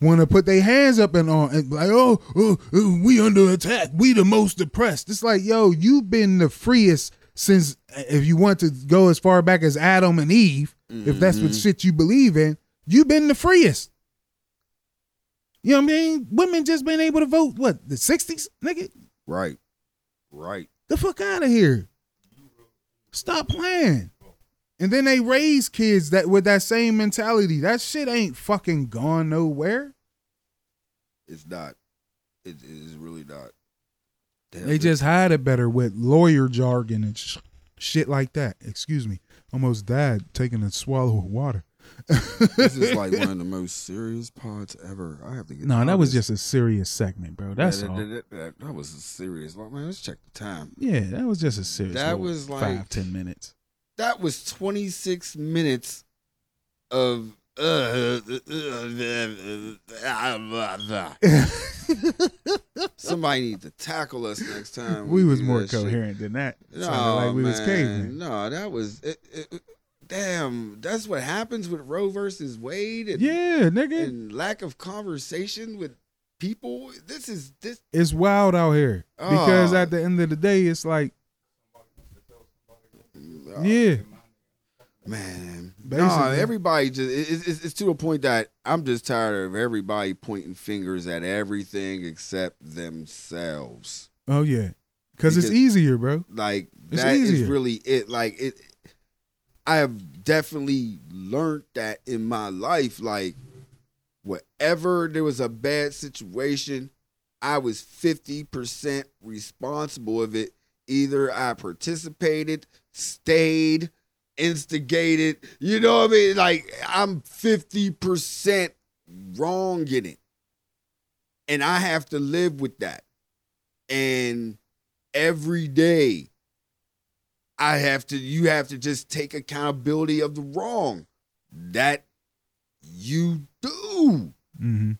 Speaker 1: want to put their hands up and on and like, oh, oh, oh, we under attack. We the most depressed. It's like, yo, you've been the freest since if you want to go as far back as Adam and Eve, if that's
Speaker 2: Mm-hmm.
Speaker 1: what shit you believe in, you've been the freest. You know what I mean? Women just been able to vote, what, the 60s, nigga?
Speaker 2: Right. Right.
Speaker 1: The fuck out of here. Stop playing. And then they raise kids that with that same mentality. That shit ain't fucking gone nowhere.
Speaker 2: It's not. It it is really not. Damn,
Speaker 1: They
Speaker 2: it-
Speaker 1: just hide it better with lawyer jargon and sh- shit like that. Excuse me. Almost died taking a swallow of water.
Speaker 2: This is like one of the most serious pods ever. I have to get.
Speaker 1: No,
Speaker 2: down
Speaker 1: that was
Speaker 2: this.
Speaker 1: just a serious segment, bro.
Speaker 2: Yeah,
Speaker 1: That's
Speaker 2: that,
Speaker 1: all.
Speaker 2: That, that, that- that was a serious. Like, man, let's check the time.
Speaker 1: Yeah, that was just a serious.
Speaker 2: That
Speaker 1: little
Speaker 2: was like-
Speaker 1: five ten minutes.
Speaker 2: That was 26 minutes of. Uh, uh, uh, uh, uh, blah, blah. Somebody needs to tackle us next time.
Speaker 1: we was
Speaker 2: do
Speaker 1: more
Speaker 2: that shit.
Speaker 1: coherent than that.
Speaker 2: No,
Speaker 1: Sounded like we was
Speaker 2: man.
Speaker 1: cavemen.
Speaker 2: No, that was. It, it, it- damn, that's what happens with Roe versus Wade and,
Speaker 1: Yeah, nigga,
Speaker 2: and lack of conversation with people. This is this.
Speaker 1: it's wild out here because
Speaker 2: Oh.
Speaker 1: at the end of the day, it's like yeah,
Speaker 2: Man, no,
Speaker 1: Basically.
Speaker 2: everybody just it, it- it's, it's to a point that I'm just tired of everybody pointing fingers at everything except themselves.
Speaker 1: oh yeah, because it's
Speaker 2: Because-
Speaker 1: easier, bro.
Speaker 2: Like
Speaker 1: It's
Speaker 2: that is
Speaker 1: easier.
Speaker 2: really it. Like it, I have definitely learned that in my life. Like whatever there was a bad situation, I was fifty percent responsible of it. Either I participated, stayed, instigated. You know what I mean? Like I'm fifty percent wrong in it, and I have to live with that. And every day i have to you have to just take accountability of the wrong that you do
Speaker 1: Mm-hmm.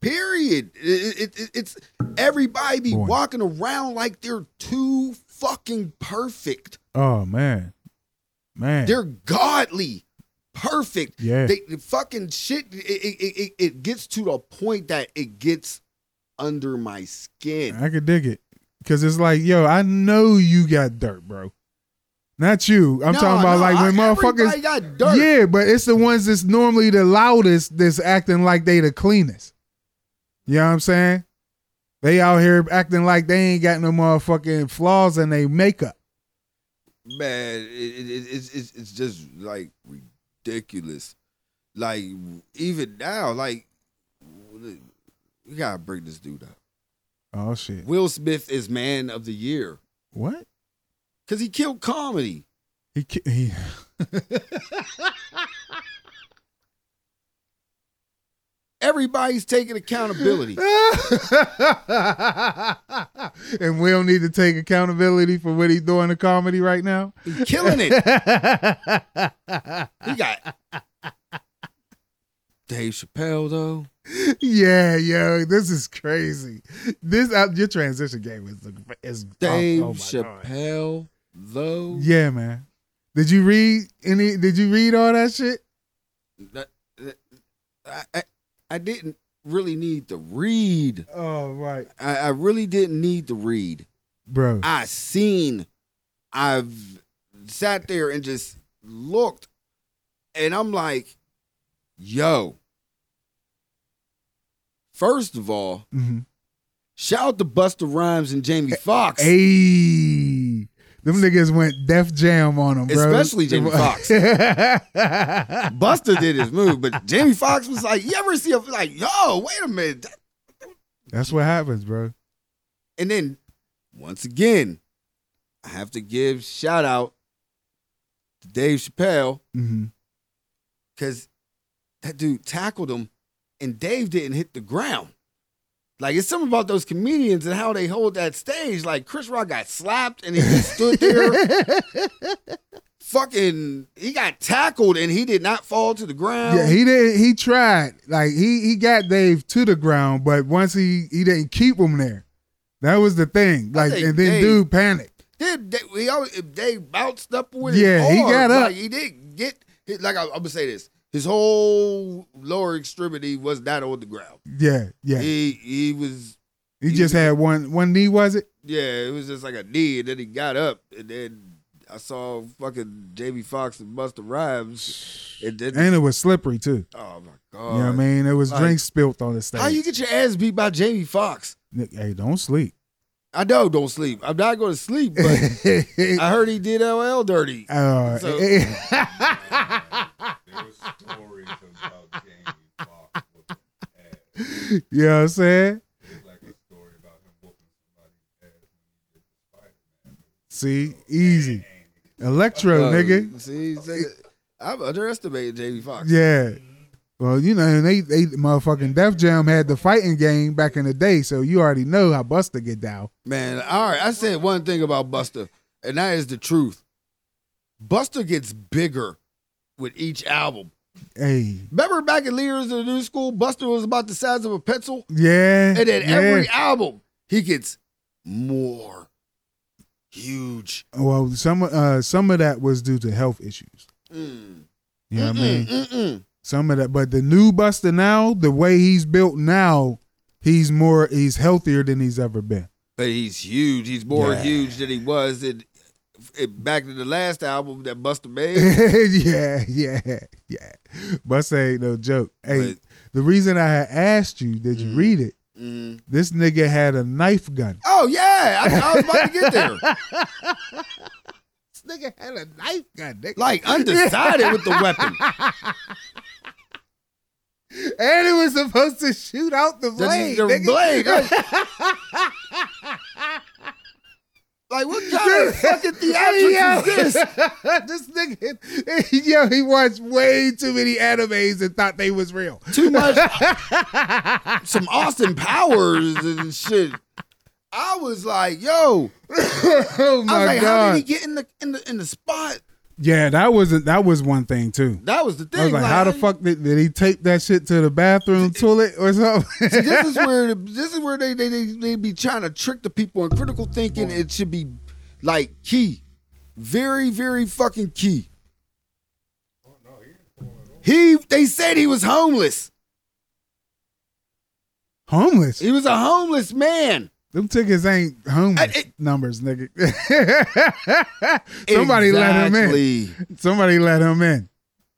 Speaker 2: period it, it- it- it's everybody be
Speaker 1: Boy.
Speaker 2: walking around like they're too fucking perfect
Speaker 1: Oh man, man,
Speaker 2: they're godly perfect
Speaker 1: yeah,
Speaker 2: they the fucking shit it, it, it, it- it gets to the point that it gets under my skin
Speaker 1: I could dig it because it's like, yo, I know you got dirt, bro. Not you. I'm
Speaker 2: No,
Speaker 1: talking about
Speaker 2: no,
Speaker 1: like when
Speaker 2: I-
Speaker 1: motherfuckers
Speaker 2: everybody got dirt.
Speaker 1: Yeah, but it's the ones that's normally the loudest that's acting like they the cleanest. You know what I'm saying? They out here acting like they ain't got no motherfucking flaws in their makeup.
Speaker 2: man, it, it, it- it's, it's it's just like ridiculous. Like even now, like we gotta bring this dude up.
Speaker 1: Oh shit.
Speaker 2: Will Smith is man of the year
Speaker 1: What?
Speaker 2: because he killed comedy.
Speaker 1: He ki- he
Speaker 2: Everybody's taking accountability.
Speaker 1: And we don't need to take accountability for what he doing in comedy right now.
Speaker 2: He's killing it. He got Dave Chappelle though.
Speaker 1: Oh, yeah, yo, this is crazy. This uh, your transition game is is
Speaker 2: Dave
Speaker 1: oh, oh my God.
Speaker 2: Chappelle though.
Speaker 1: Yeah, man. Did you read any? Did you read all that shit?
Speaker 2: That- that- I, I I didn't really need to read.
Speaker 1: Oh right,
Speaker 2: I, I really didn't need to read.
Speaker 1: bro.
Speaker 2: I seen, I've sat there and just looked, and I'm like, yo. First of all,
Speaker 1: Mhm.
Speaker 2: shout out to Buster Rhymes and Jamie Foxx.
Speaker 1: Hey, them niggas went Def Jam on them, bro.
Speaker 2: Especially Jamie Foxx. Buster did his move, but Jamie Foxx was like, you ever see a like, yo, wait a minute.
Speaker 1: That's what happens, bro.
Speaker 2: And then once again, I have to give shout out to Dave Chappelle
Speaker 1: hmm
Speaker 2: because that dude tackled him and Dave didn't hit the ground. Like it's something about those comedians and how they hold that stage. Like Chris Rock got slapped and he just stood there. Fucking, he got tackled and he did not fall to the ground.
Speaker 1: Yeah, he didn't. He tried. Like he he got Dave to the ground, but once he he didn't keep him there. That was the thing. Like,
Speaker 2: think
Speaker 1: and then
Speaker 2: Dave-
Speaker 1: dude panicked.
Speaker 2: did they, we always, if they bounced up with
Speaker 1: Yeah,
Speaker 2: it.
Speaker 1: he
Speaker 2: hard.
Speaker 1: got up.
Speaker 2: Like, he did get. He, like I, I'm gonna say this, his His whole lower extremity was not on the ground.
Speaker 1: Yeah, yeah.
Speaker 2: He he was
Speaker 1: He just had one one knee, was it?
Speaker 2: yeah, it was just like a knee, and then he got up, and then I saw fucking Jamie Foxx and Buster Rhymes, and then
Speaker 1: And it was slippery too.
Speaker 2: oh my
Speaker 1: You
Speaker 2: god,
Speaker 1: know what I mean? It was
Speaker 2: Like-
Speaker 1: drinks spilt on the stage.
Speaker 2: how you get your ass beat by Jamie Foxx?
Speaker 1: Nick, hey, don't sleep.
Speaker 2: I know, don't sleep. I'm not going to sleep, but I heard he did LL dirty.
Speaker 1: Uh,
Speaker 2: So-
Speaker 4: There's stories about Jamie Foxx whooping ass.
Speaker 1: you know what I'm saying?
Speaker 4: There's like a story about him whooping somebody's ass when he did the Spider-Man.
Speaker 1: See, easy. Electro,
Speaker 2: Uh,
Speaker 1: nigga.
Speaker 2: See, see, I'm underestimating Jamie Foxx.
Speaker 1: Yeah. Well, you know, and they they motherfucking Def Jam had the fighting game back in the day, so you already know how Buster get down.
Speaker 2: Man, all right, I said one thing about Buster, and that is the truth. Buster gets bigger with each album.
Speaker 1: Hey.
Speaker 2: Remember back in Leaders of the New School, Buster was about the size of a pencil?
Speaker 1: Yeah.
Speaker 2: And then
Speaker 1: yeah.
Speaker 2: every album, he gets more huge.
Speaker 1: well, some uh some of that was due to health issues.
Speaker 2: Mm.
Speaker 1: You know what I
Speaker 2: Mm-mm,
Speaker 1: mean?
Speaker 2: mm-mm.
Speaker 1: Some of that, but the new Buster now, the way he's built now, he's more he's healthier than he's ever been.
Speaker 2: But he's huge. He's more
Speaker 1: Yeah.
Speaker 2: huge than he was in, in- back in the last album that Buster made.
Speaker 1: yeah, yeah, yeah. Buster ain't no joke. Hey,
Speaker 2: Right.
Speaker 1: the reason I had asked you, did you read it?
Speaker 2: Mm.
Speaker 1: This nigga had a knife gun.
Speaker 2: Oh yeah, I, I was about to get there.
Speaker 1: This nigga had a knife gun, nigga.
Speaker 2: Like undecided with the weapon.
Speaker 1: And it was supposed to shoot out the blade.
Speaker 2: the, the
Speaker 1: nigga.
Speaker 2: blade. like what kind of fucking theatrics is this?
Speaker 1: this nigga, yo, he watched way too many animes and thought they was real.
Speaker 2: Too much. Some Austin Powers and shit. I was like, yo.
Speaker 1: oh
Speaker 2: I
Speaker 1: my
Speaker 2: was like, how
Speaker 1: god!
Speaker 2: did he get in the in the in the spot?
Speaker 1: yeah, that was that was one thing too.
Speaker 2: That was the thing.
Speaker 1: I was like, how the
Speaker 2: you-
Speaker 1: fuck did, did he tape that shit to the bathroom toilet or something?
Speaker 2: this is where this is where they, they they they be trying to trick the people in critical thinking. It should be like key, very very fucking key. He they said he was homeless.
Speaker 1: homeless.
Speaker 2: He was a homeless man.
Speaker 1: Them tickets ain't homeless
Speaker 2: I- it-
Speaker 1: numbers, nigga. Somebody let him in.
Speaker 2: Exactly.
Speaker 1: Somebody let him in.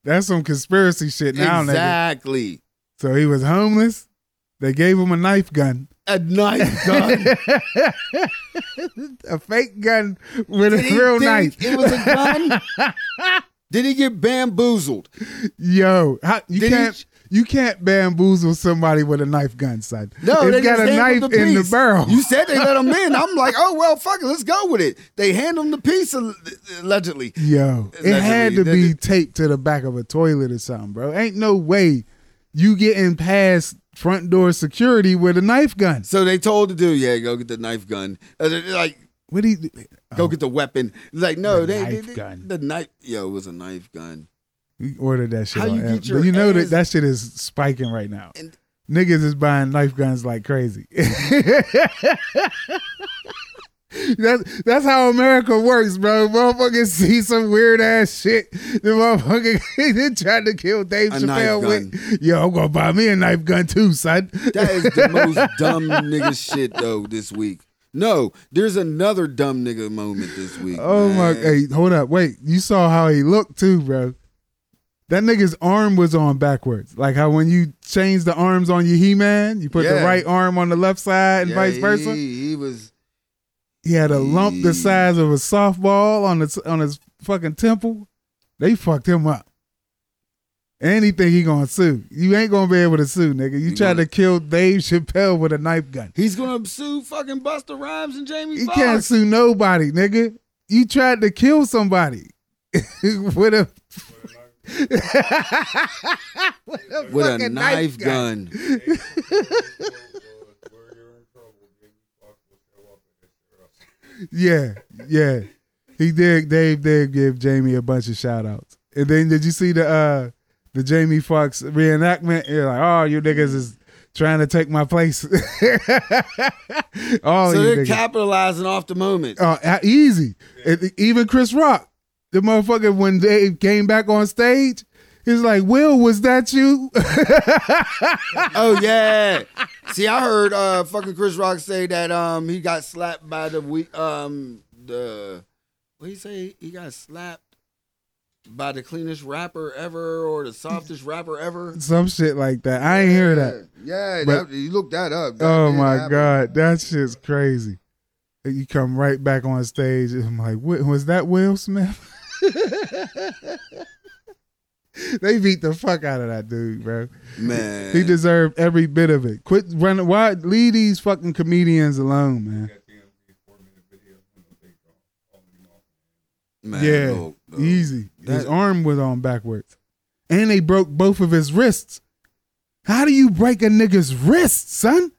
Speaker 1: That's some conspiracy shit now, nigga.
Speaker 2: Exactly.
Speaker 1: So he was homeless. They gave him a knife gun,
Speaker 2: A knife gun.
Speaker 1: a fake gun with
Speaker 2: Did
Speaker 1: a
Speaker 2: he
Speaker 1: real knife.
Speaker 2: think It was a gun. Did he get bamboozled?
Speaker 1: Yo, how, you
Speaker 2: Did he-
Speaker 1: can't you can't bamboozle somebody with a knife gun, son.
Speaker 2: No,
Speaker 1: it's
Speaker 2: they
Speaker 1: got
Speaker 2: just
Speaker 1: a
Speaker 2: hand
Speaker 1: knife
Speaker 2: him
Speaker 1: in the
Speaker 2: piece.
Speaker 1: barrel.
Speaker 2: You said they let him in. I'm like, oh well, fuck it, let's go with it. They hand him the piece al- allegedly.
Speaker 1: Yo,
Speaker 2: It's
Speaker 1: it
Speaker 2: not
Speaker 1: had to
Speaker 2: gonna be-
Speaker 1: be taped to the back of a toilet or something, bro. Ain't no way you getting past front door security with a knife gun.
Speaker 2: So they told the dude, yeah, go get the knife gun. Uh, they're like,
Speaker 1: What do you?
Speaker 2: go get the weapon. Like, no,
Speaker 1: Oh. The
Speaker 2: they,
Speaker 1: knife
Speaker 2: they-
Speaker 1: gun.
Speaker 2: The knife. Yo, it was a knife gun.
Speaker 1: We ordered that shit.
Speaker 2: How
Speaker 1: on
Speaker 2: you
Speaker 1: Am-
Speaker 2: get your
Speaker 1: but you know that
Speaker 2: ass-
Speaker 1: that shit is spiking right now.
Speaker 2: And-
Speaker 1: Niggas is buying knife guns like crazy. that's that's how America works, bro. Motherfuckers see some weird ass shit. The motherfucker they tried to kill Dave
Speaker 2: A
Speaker 1: Chappelle
Speaker 2: knife
Speaker 1: with. Yo, I'm gonna buy me a knife gun too, son.
Speaker 2: That is the most dumb nigga shit though this week. No, there's another dumb nigga moment this week.
Speaker 1: Oh my!
Speaker 2: man.
Speaker 1: Hey, hold up! Wait, you saw how he looked too, bro. That nigga's arm was on backwards, like how when you change the arms on your He-Man, you put
Speaker 2: Yeah.
Speaker 1: the right arm on the left side and
Speaker 2: Yeah,
Speaker 1: vice versa.
Speaker 2: He, he was.
Speaker 1: He had a lump the
Speaker 2: He-
Speaker 1: size of a softball on his on his fucking temple. They fucked him up. Anything he gonna sue? You ain't gonna be able to sue, nigga. You
Speaker 2: You
Speaker 1: tried
Speaker 2: gonna-
Speaker 1: to kill Dave Chappelle with a knife gun.
Speaker 2: He's gonna sue fucking Buster Rhymes and Jamie.
Speaker 1: You
Speaker 2: Foxx.
Speaker 1: can't sue nobody, nigga. You tried to kill somebody with a with a,
Speaker 2: with a
Speaker 1: fucking
Speaker 2: knife gun.
Speaker 1: Yeah, yeah. He did. Dave did give Jamie a bunch of shout outs. And then did you see the uh the Jamie Foxx reenactment? You're like, oh, you niggas is trying to take my place. oh,
Speaker 2: so
Speaker 1: you
Speaker 2: they're
Speaker 1: niggas.
Speaker 2: capitalizing off the moment.
Speaker 1: Uh, uh, easy. And even Chris Rock, the motherfucker, when they came back on stage, he It's like, Will, was that you?
Speaker 2: Oh yeah. See, I heard uh fucking Chris Rock say that um he got slapped by the we um the what he say he got slapped by the cleanest rapper ever or the softest rapper ever.
Speaker 1: Some shit like that. I ain't hear that.
Speaker 2: Yeah, yeah
Speaker 1: But-
Speaker 2: that- you look that up. That
Speaker 1: Oh
Speaker 2: did
Speaker 1: my
Speaker 2: happen.
Speaker 1: god, that shit's crazy. And You come right back on stage. and I'm like, "What- was that Will Smith? they beat the fuck out of that dude, bro.
Speaker 2: man.
Speaker 1: He deserved every bit of it. Quit running. Why leave these fucking comedians alone, man?
Speaker 2: Man,
Speaker 1: yeah,
Speaker 2: look, look.
Speaker 1: easy. His
Speaker 2: That-
Speaker 1: arm was on backwards, and they broke both of his wrists. How do you break a nigga's wrists, son?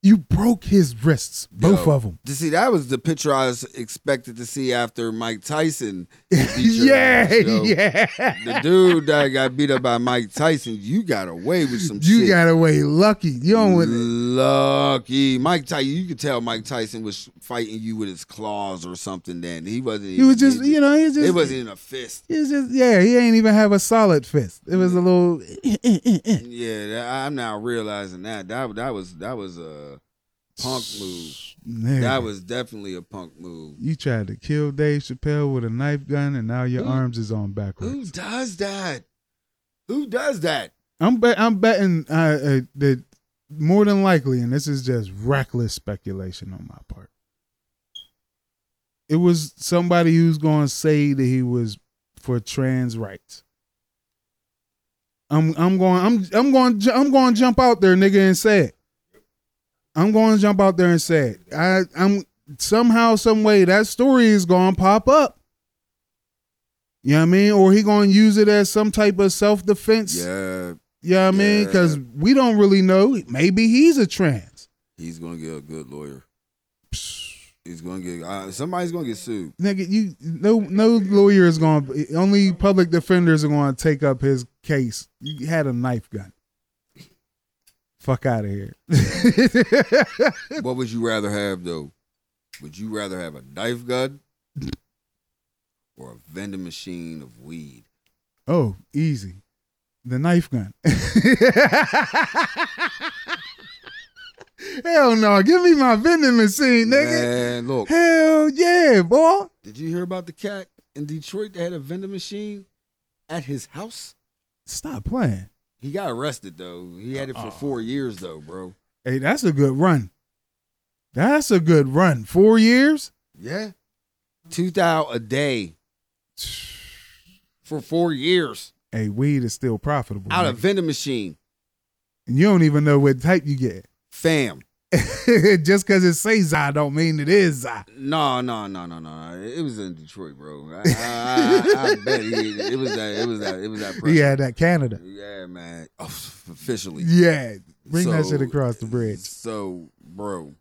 Speaker 1: You broke his wrists, both
Speaker 2: Yo,
Speaker 1: of them.
Speaker 2: To see, that was the picture I was expected to see after Mike Tyson. beat your
Speaker 1: Yeah,
Speaker 2: ass, yo.
Speaker 1: yeah.
Speaker 2: The dude that got beat up by Mike Tyson, you got away with some
Speaker 1: You
Speaker 2: shit.
Speaker 1: got away lucky. You don't want
Speaker 2: Lucky Mike Tyson. You could tell Mike Tyson was fighting you with his claws or something. Then he wasn't.
Speaker 1: He was just, you know, he was just.
Speaker 2: it wasn't even a fist.
Speaker 1: He was just, yeah. He ain't even have a solid fist. It was a little.
Speaker 2: Yeah, that, I'm now realizing that that that was that was a punk move.
Speaker 1: Nigga,
Speaker 2: That was definitely a punk move.
Speaker 1: You tried to kill Dave Chappelle with a knife gun, and now
Speaker 2: Mm.
Speaker 1: your arms is on backwards.
Speaker 2: Who does that? Who does that?
Speaker 1: I'm bet. I'm betting uh, uh, that more than likely, and this is just reckless speculation on my part. It was somebody who's going to say that he was for trans rights. I'm I'm going I'm I'm going ju- I'm going to jump out there, nigga, and say it. I'm going to jump out there and say it. I I'm somehow some way that story is going to pop up. You know what I mean? Or he going to use it as some type of self defense.
Speaker 2: Yeah,
Speaker 1: You know what I mean?
Speaker 2: Yeah.
Speaker 1: Because we don't really know. Maybe he's a trans.
Speaker 2: he's gonna get a good lawyer. He's gonna get uh, somebody's gonna get sued.
Speaker 1: Nigga, you no no lawyer is going. to Only public defenders are going to take up his case. You had a knife gun. Fuck out of here.
Speaker 2: What would you rather have though? Would you rather have a knife gun or a vending machine of weed?
Speaker 1: oh, easy. The knife gun. Hell no! Give me my vending machine, nigga.
Speaker 2: Man, look,
Speaker 1: Hell yeah, boy.
Speaker 2: did you hear about the cat in Detroit that had a vending machine at his house?
Speaker 1: Stop playing.
Speaker 2: He got arrested though. He had it
Speaker 1: Uh-uh.
Speaker 2: for four years though, bro.
Speaker 1: Hey, that's a good run. That's a good run. Four years?
Speaker 2: Yeah, two thousand a day for four years
Speaker 1: Hey, weed is still profitable.
Speaker 2: out
Speaker 1: nigga.
Speaker 2: of vending machine,
Speaker 1: and you don't even know what type you get.
Speaker 2: fam.
Speaker 1: Just because it say Zy don't mean it is Zy.
Speaker 2: No, no, no, no, no. no. It was in Detroit, bro. I, I, I, I bet he, it was that. It was that. It was that. Pressure.
Speaker 1: Yeah, that Canada.
Speaker 2: Yeah, man. Oh, officially.
Speaker 1: Yeah. Bring that
Speaker 2: So-
Speaker 1: shit across the bridge.
Speaker 2: So, bro,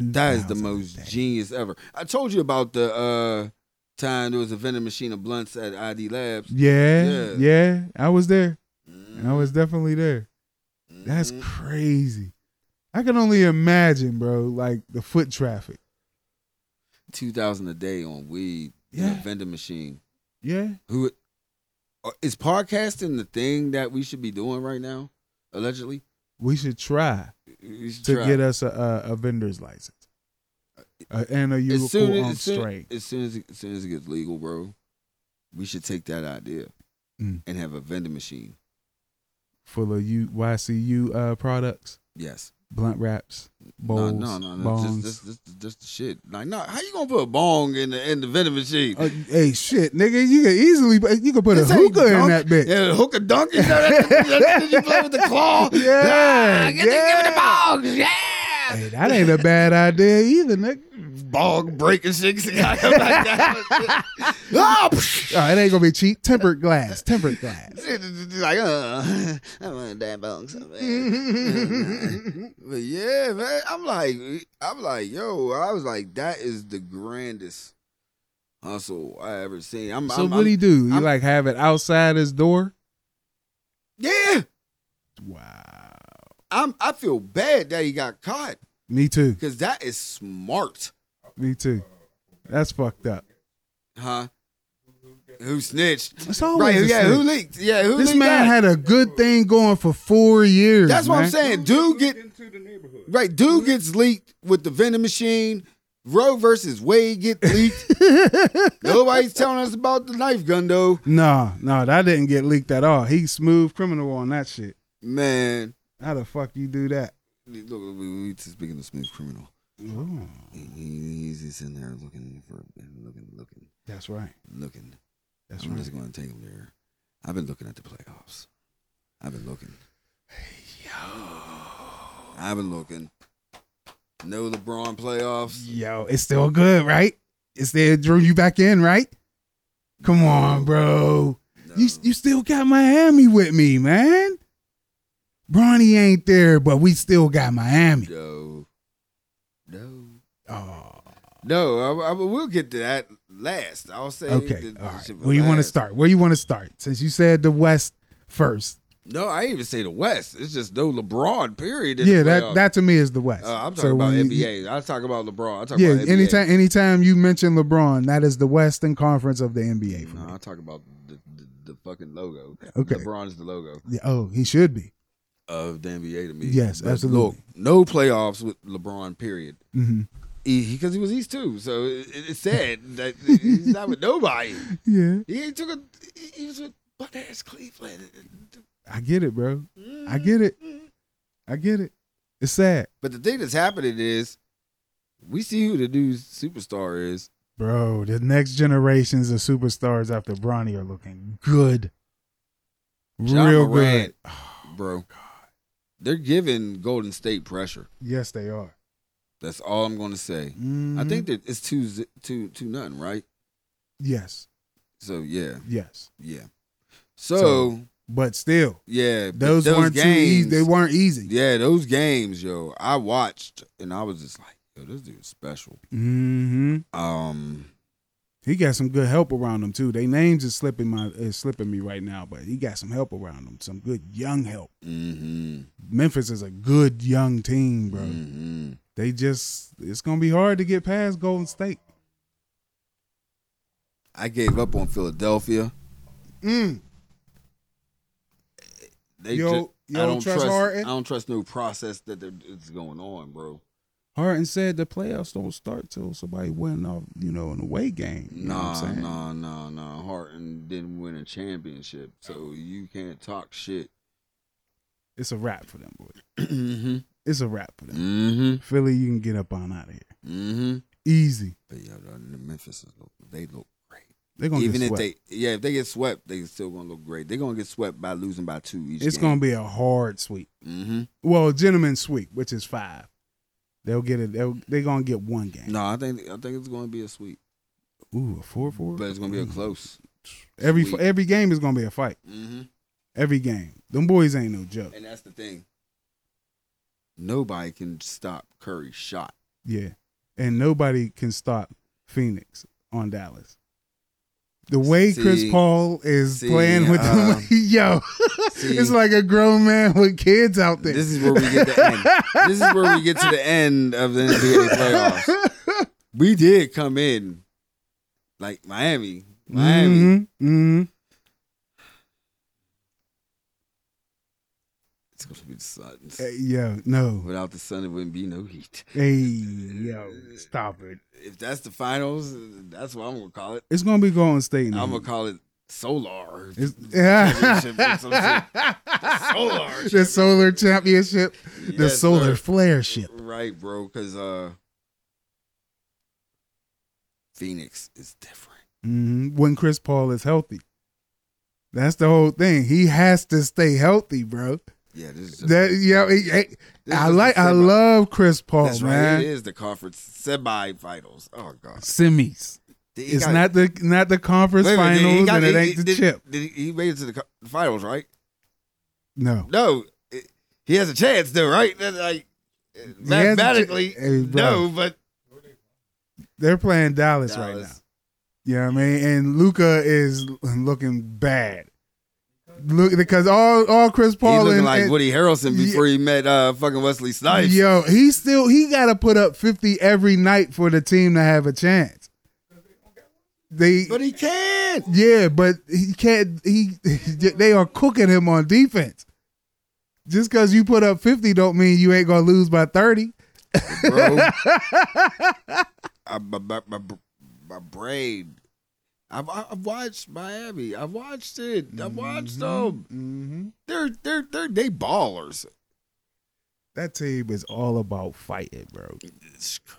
Speaker 2: that is the
Speaker 1: 2,000
Speaker 2: most
Speaker 1: a day.
Speaker 2: genius ever. I told you about the uh time there was a vending machine of blunts at ID Labs.
Speaker 1: yeah,
Speaker 2: Yeah. Mm-hmm.
Speaker 1: yeah. I was there. I was definitely there. That's
Speaker 2: Mhm.
Speaker 1: crazy. I can only imagine, bro, like the foot traffic.
Speaker 2: 2000 a day on weed. Yeah.
Speaker 1: Yeah.
Speaker 2: vending machine.
Speaker 1: Yeah.
Speaker 2: Who uh, is podcasting the thing that we should be doing right now? Allegedly,
Speaker 1: We should try.
Speaker 2: We should
Speaker 1: to
Speaker 2: try.
Speaker 1: get us a, a, a vendor's license. A, and a
Speaker 2: as soon
Speaker 1: unicorn
Speaker 2: as,
Speaker 1: on
Speaker 2: as, soon,
Speaker 1: straight.
Speaker 2: as soon as it- as soon as it gets legal, bro, we should take that idea
Speaker 1: Mm.
Speaker 2: and have a vending machine.
Speaker 1: Full of U, YCU uh, products,
Speaker 2: Yes.
Speaker 1: blunt wraps,
Speaker 2: No,
Speaker 1: bowls,
Speaker 2: no, no, no.
Speaker 1: bongs.
Speaker 2: Just, just, just, just the shit. Like, no, how you gonna put a bong in the in the vending machine?
Speaker 1: Uh, hey, shit, nigga, you could easily you could put
Speaker 2: This
Speaker 1: a
Speaker 2: ain't
Speaker 1: hookah in
Speaker 2: dunk.
Speaker 1: that bitch.
Speaker 2: Yeah, hook a dunk. You know that, that, that you play with the claw.
Speaker 1: Yeah,
Speaker 2: Ah, get yeah. give me the bongs. Yeah.
Speaker 1: Hey, that ain't a bad idea either, nigga.
Speaker 2: Bong breaking shit. like that. Ah,
Speaker 1: Oh, it ain't gonna be cheap. Tempered glass, tempered glass.
Speaker 2: like, uh, I want that bong so bad. but yeah, man, I'm like, I'm like, yo, I was like, that is the grandest hustle I ever seen. I'm,
Speaker 1: So
Speaker 2: I'm,
Speaker 1: what
Speaker 2: I'm-
Speaker 1: he do? You
Speaker 2: I'm-
Speaker 1: like have it outside his door?
Speaker 2: yeah,
Speaker 1: Wow.
Speaker 2: I'm, I feel bad that he got caught
Speaker 1: Me too.
Speaker 2: because that is smart,
Speaker 1: Me too. That's fucked up.
Speaker 2: huh? Who snitched?
Speaker 1: It's always
Speaker 2: Right?
Speaker 1: a
Speaker 2: Yeah. Who
Speaker 1: snitch.
Speaker 2: leaked? Yeah. Who
Speaker 1: This
Speaker 2: leaked
Speaker 1: man
Speaker 2: that?
Speaker 1: had a good thing going for four years.
Speaker 2: That's what I'm
Speaker 1: man.
Speaker 2: saying. Dude get
Speaker 4: into the neighborhood.
Speaker 2: right. Dude gets leaked with the vending machine. Roe versus Wade get leaked. Nobody's telling us about the knife gun though.
Speaker 1: Nah, nah, that didn't get leaked at all. He smooth criminal on that shit.
Speaker 2: Man,
Speaker 1: How the fuck you do that?
Speaker 2: look, we, we just speaking of smooth criminal.
Speaker 1: Ooh,
Speaker 2: He- He's just in there looking for, looking, looking,
Speaker 1: that's right.
Speaker 2: looking.
Speaker 1: That's
Speaker 2: I'm
Speaker 1: right.
Speaker 2: just going to take him there. I've been looking at the playoffs. I've been looking. I've been looking. No LeBron playoffs.
Speaker 1: Yo, it's still good, right? It's there drew you back in, right? Come on, bro.
Speaker 2: No.
Speaker 1: You you still got Miami with me, man. Bronny ain't there, but we still got Miami.
Speaker 2: no. No.
Speaker 1: Oh,
Speaker 2: No, I, I, we'll get to that last. I'll say.
Speaker 1: okay.
Speaker 2: the-
Speaker 1: All
Speaker 2: the
Speaker 1: right.
Speaker 2: shit for
Speaker 1: Where you want to
Speaker 2: last.
Speaker 1: start? Where you want to start? Since you said the West first.
Speaker 2: No, I didn't even say the West. It's just no LeBron. Period. in the
Speaker 1: Yeah, that
Speaker 2: playoffs.
Speaker 1: that to me is the West.
Speaker 2: Uh, I'm talking
Speaker 1: So
Speaker 2: about
Speaker 1: when you-
Speaker 2: NBA. I talk about LeBron. I talk
Speaker 1: Yeah,
Speaker 2: about NBA.
Speaker 1: anytime anytime you mention LeBron, that is the Western Conference of the NBA for
Speaker 2: No,
Speaker 1: me.
Speaker 2: I talk about the, the, the fucking logo.
Speaker 1: Okay.
Speaker 2: LeBron is the logo
Speaker 1: Yeah, oh, he should be.
Speaker 2: of the NBA to me.
Speaker 1: Yes, absolutely.
Speaker 2: no playoffs with LeBron. Period.
Speaker 1: hmm
Speaker 2: Because he, was East too, so it, it's sad that he's not with nobody.
Speaker 1: Yeah,
Speaker 2: He ain't took a. he- He was with butt ass Cleveland.
Speaker 1: I get it, bro. I get it. I get it. It's sad,
Speaker 2: But the thing that's happening is, we see who the new superstar is.
Speaker 1: bro. The next generations of superstars after Bronny are looking good,
Speaker 2: Ja
Speaker 1: real
Speaker 2: Morant,
Speaker 1: good.
Speaker 2: bro. They're giving Golden State pressure.
Speaker 1: Yes, they are.
Speaker 2: That's all I'm going to say. I
Speaker 1: Mhm.
Speaker 2: think that it's two zi- two two nothing, right?
Speaker 1: yes,
Speaker 2: So yeah,
Speaker 1: yes,
Speaker 2: yeah. So,
Speaker 1: So- but still,
Speaker 2: yeah, but
Speaker 1: those, weren't too easy. They weren't easy.
Speaker 2: Yeah, those games, yo. I watched and I was just like, yo, this dude's special.
Speaker 1: Mm-hmm.
Speaker 2: Um,
Speaker 1: He got some good help around him too. They names is slipping my is slipping me right now, but he got some help around him. Some good young help.
Speaker 2: mm-hmm,
Speaker 1: Memphis is a good young team, bro.
Speaker 2: mm-hmm.
Speaker 1: They just it's gonna be hard to get past Golden State.
Speaker 2: I gave up on Philadelphia.
Speaker 1: Mm.
Speaker 2: They
Speaker 1: You don't-
Speaker 2: ju-
Speaker 1: you
Speaker 2: I
Speaker 1: don't
Speaker 2: don't
Speaker 1: trust
Speaker 2: trust.
Speaker 1: Harden?
Speaker 2: I don't trust no process that they're- it's going on, bro.
Speaker 1: Harden said the playoffs don't start till somebody win off, you know, an away game. You know what
Speaker 2: Nah,
Speaker 1: I'm saying?
Speaker 2: nah, nah, nah. Harden didn't win a championship, so you can't talk shit.
Speaker 1: It's a wrap for them, boy.
Speaker 2: mm-hmm.
Speaker 1: It's a wrap for them.
Speaker 2: Mm-hmm.
Speaker 1: Philly, you can get up on out of here.
Speaker 2: Mm-hmm.
Speaker 1: Easy.
Speaker 2: But yeah, the- the Memphis is look, they look great.
Speaker 1: They're gonna
Speaker 2: Even
Speaker 1: get
Speaker 2: if
Speaker 1: swept.
Speaker 2: they yeah, if they get swept, they still gonna look great. They're gonna get swept by losing by two each.
Speaker 1: it's gonna be a hard sweep.
Speaker 2: Mm-hmm.
Speaker 1: Well, gentleman sweep, which is five. They'll get it. They'll, they're gonna get one game.
Speaker 2: No, I think I think it's gonna be a sweep,
Speaker 1: Ooh, a four four.
Speaker 2: but it's gonna be a close.
Speaker 1: Every
Speaker 2: sweep.
Speaker 1: every game is gonna be a fight.
Speaker 2: Mm-hmm.
Speaker 1: Every game. Them boys ain't no joke.
Speaker 2: And that's the thing. Nobody can stop Curry's shot.
Speaker 1: Yeah, and nobody can stop Phoenix on Dallas. The way Chris
Speaker 2: See-
Speaker 1: Paul is
Speaker 2: see,
Speaker 1: playing with
Speaker 2: uh,
Speaker 1: them, yo,
Speaker 2: see-
Speaker 1: it's like a grown man with kids out there.
Speaker 2: This is where we get the end. this is where we get to the end of the NBA playoffs. We did come in like Miami, Miami. Uh,
Speaker 1: hmm hmm
Speaker 2: It's gonna be the Suns.
Speaker 1: Hey, yo, no.
Speaker 2: Without the sun, it wouldn't be no heat.
Speaker 1: Hey, yo, stop it.
Speaker 2: If that's the finals, that's what I'm gonna call it.
Speaker 1: It's gonna be Golden State.
Speaker 2: I'm
Speaker 1: Now.
Speaker 2: gonna call it Solar.
Speaker 1: Mm-hmm. It's-
Speaker 2: Championship or some shit. Solar
Speaker 1: the solar championship, the
Speaker 2: Yes,
Speaker 1: solar
Speaker 2: sir.
Speaker 1: flare ship.
Speaker 2: Right, bro, because uh, Phoenix is different.
Speaker 1: hmm When Chris Paul is healthy, that's the whole thing. He has to stay healthy, bro.
Speaker 2: Yeah, this is just-
Speaker 1: That yo, he- he-
Speaker 2: This
Speaker 1: I
Speaker 2: is
Speaker 1: like,
Speaker 2: the
Speaker 1: I
Speaker 2: semi-
Speaker 1: love Chris Paul,
Speaker 2: That's right. It
Speaker 1: Oh, man.
Speaker 2: is the conference semifinals. Oh god,
Speaker 1: Semis.
Speaker 2: He
Speaker 1: It's
Speaker 2: got-
Speaker 1: not the not the conference
Speaker 2: Wait a minute,
Speaker 1: finals,
Speaker 2: he got-
Speaker 1: and it
Speaker 2: he-
Speaker 1: ain't the
Speaker 2: did-
Speaker 1: chip.
Speaker 2: Did he, he made it to the co- finals, right?
Speaker 1: No,
Speaker 2: No, it- he has a chance though, right? That, like mathematically,
Speaker 1: Hey, bro.
Speaker 2: no, but
Speaker 1: they're playing Dallas, right now.
Speaker 2: Dallas.
Speaker 1: You know what I mean? And Luca is looking bad. Look, because all all Chris
Speaker 2: He's
Speaker 1: Paul
Speaker 2: looking
Speaker 1: and,
Speaker 2: like
Speaker 1: and-
Speaker 2: Woody Harrelson
Speaker 1: Yeah.
Speaker 2: before he met uh, fucking Wesley Snipes.
Speaker 1: yo, he still he got to put up fifty every night for the team to have a chance. they
Speaker 2: But he can't.
Speaker 1: yeah, but he can't. He they are cooking him on defense. Just because you put up fifty, don't mean you ain't gonna lose by thirty.
Speaker 2: bro. I, my, my, my, my brain. I've, I've watched Miami. I've watched it. I've watched them.
Speaker 1: Mm-hmm.
Speaker 2: They're they're they're they ballers.
Speaker 1: That team is all about fighting, bro.
Speaker 2: It's cr-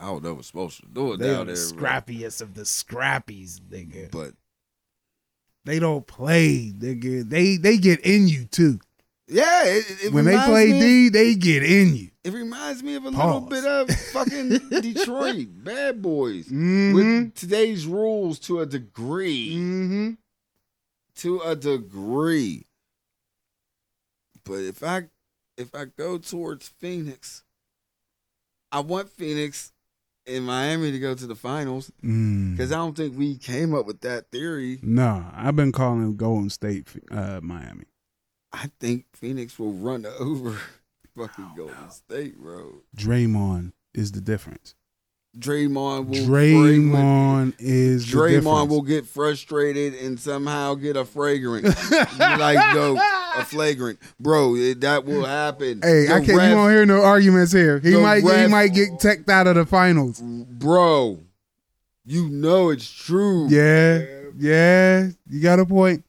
Speaker 2: I don't know what's supposed to do it
Speaker 1: They are
Speaker 2: down
Speaker 1: the
Speaker 2: there, bro.
Speaker 1: scrappiest of the scrappies, nigga.
Speaker 2: but
Speaker 1: They don't play, nigga. They they get in you too.
Speaker 2: yeah, it, it- it
Speaker 1: when they
Speaker 2: reminds
Speaker 1: play
Speaker 2: me,
Speaker 1: D, they get in you.
Speaker 2: it reminds me of a
Speaker 1: Pause.
Speaker 2: little bit of fucking Detroit Bad Boys with today's rules to a degree.
Speaker 1: Mm-hmm.
Speaker 2: to a degree. But if I if I go towards Phoenix, I want Phoenix and Miami to go to the finals
Speaker 1: Mm.
Speaker 2: because I don't think we came up with that theory.
Speaker 1: Nah, I've been calling Golden State uh, Miami.
Speaker 2: I think Phoenix will run over fucking Golden State, bro.
Speaker 1: Draymond is the difference.
Speaker 2: Draymond will
Speaker 1: Draymond is the
Speaker 2: Draymond
Speaker 1: difference.
Speaker 2: will get frustrated and somehow get a fragrant, like no, a flagrant, bro. It, that will happen.
Speaker 1: Hey,
Speaker 2: The
Speaker 1: I can't.
Speaker 2: ref-
Speaker 1: You won't hear no arguments here. He
Speaker 2: the
Speaker 1: might.
Speaker 2: ref-
Speaker 1: he might get teched out of the finals.
Speaker 2: bro, you know it's true.
Speaker 1: Yeah, yeah. You got a point.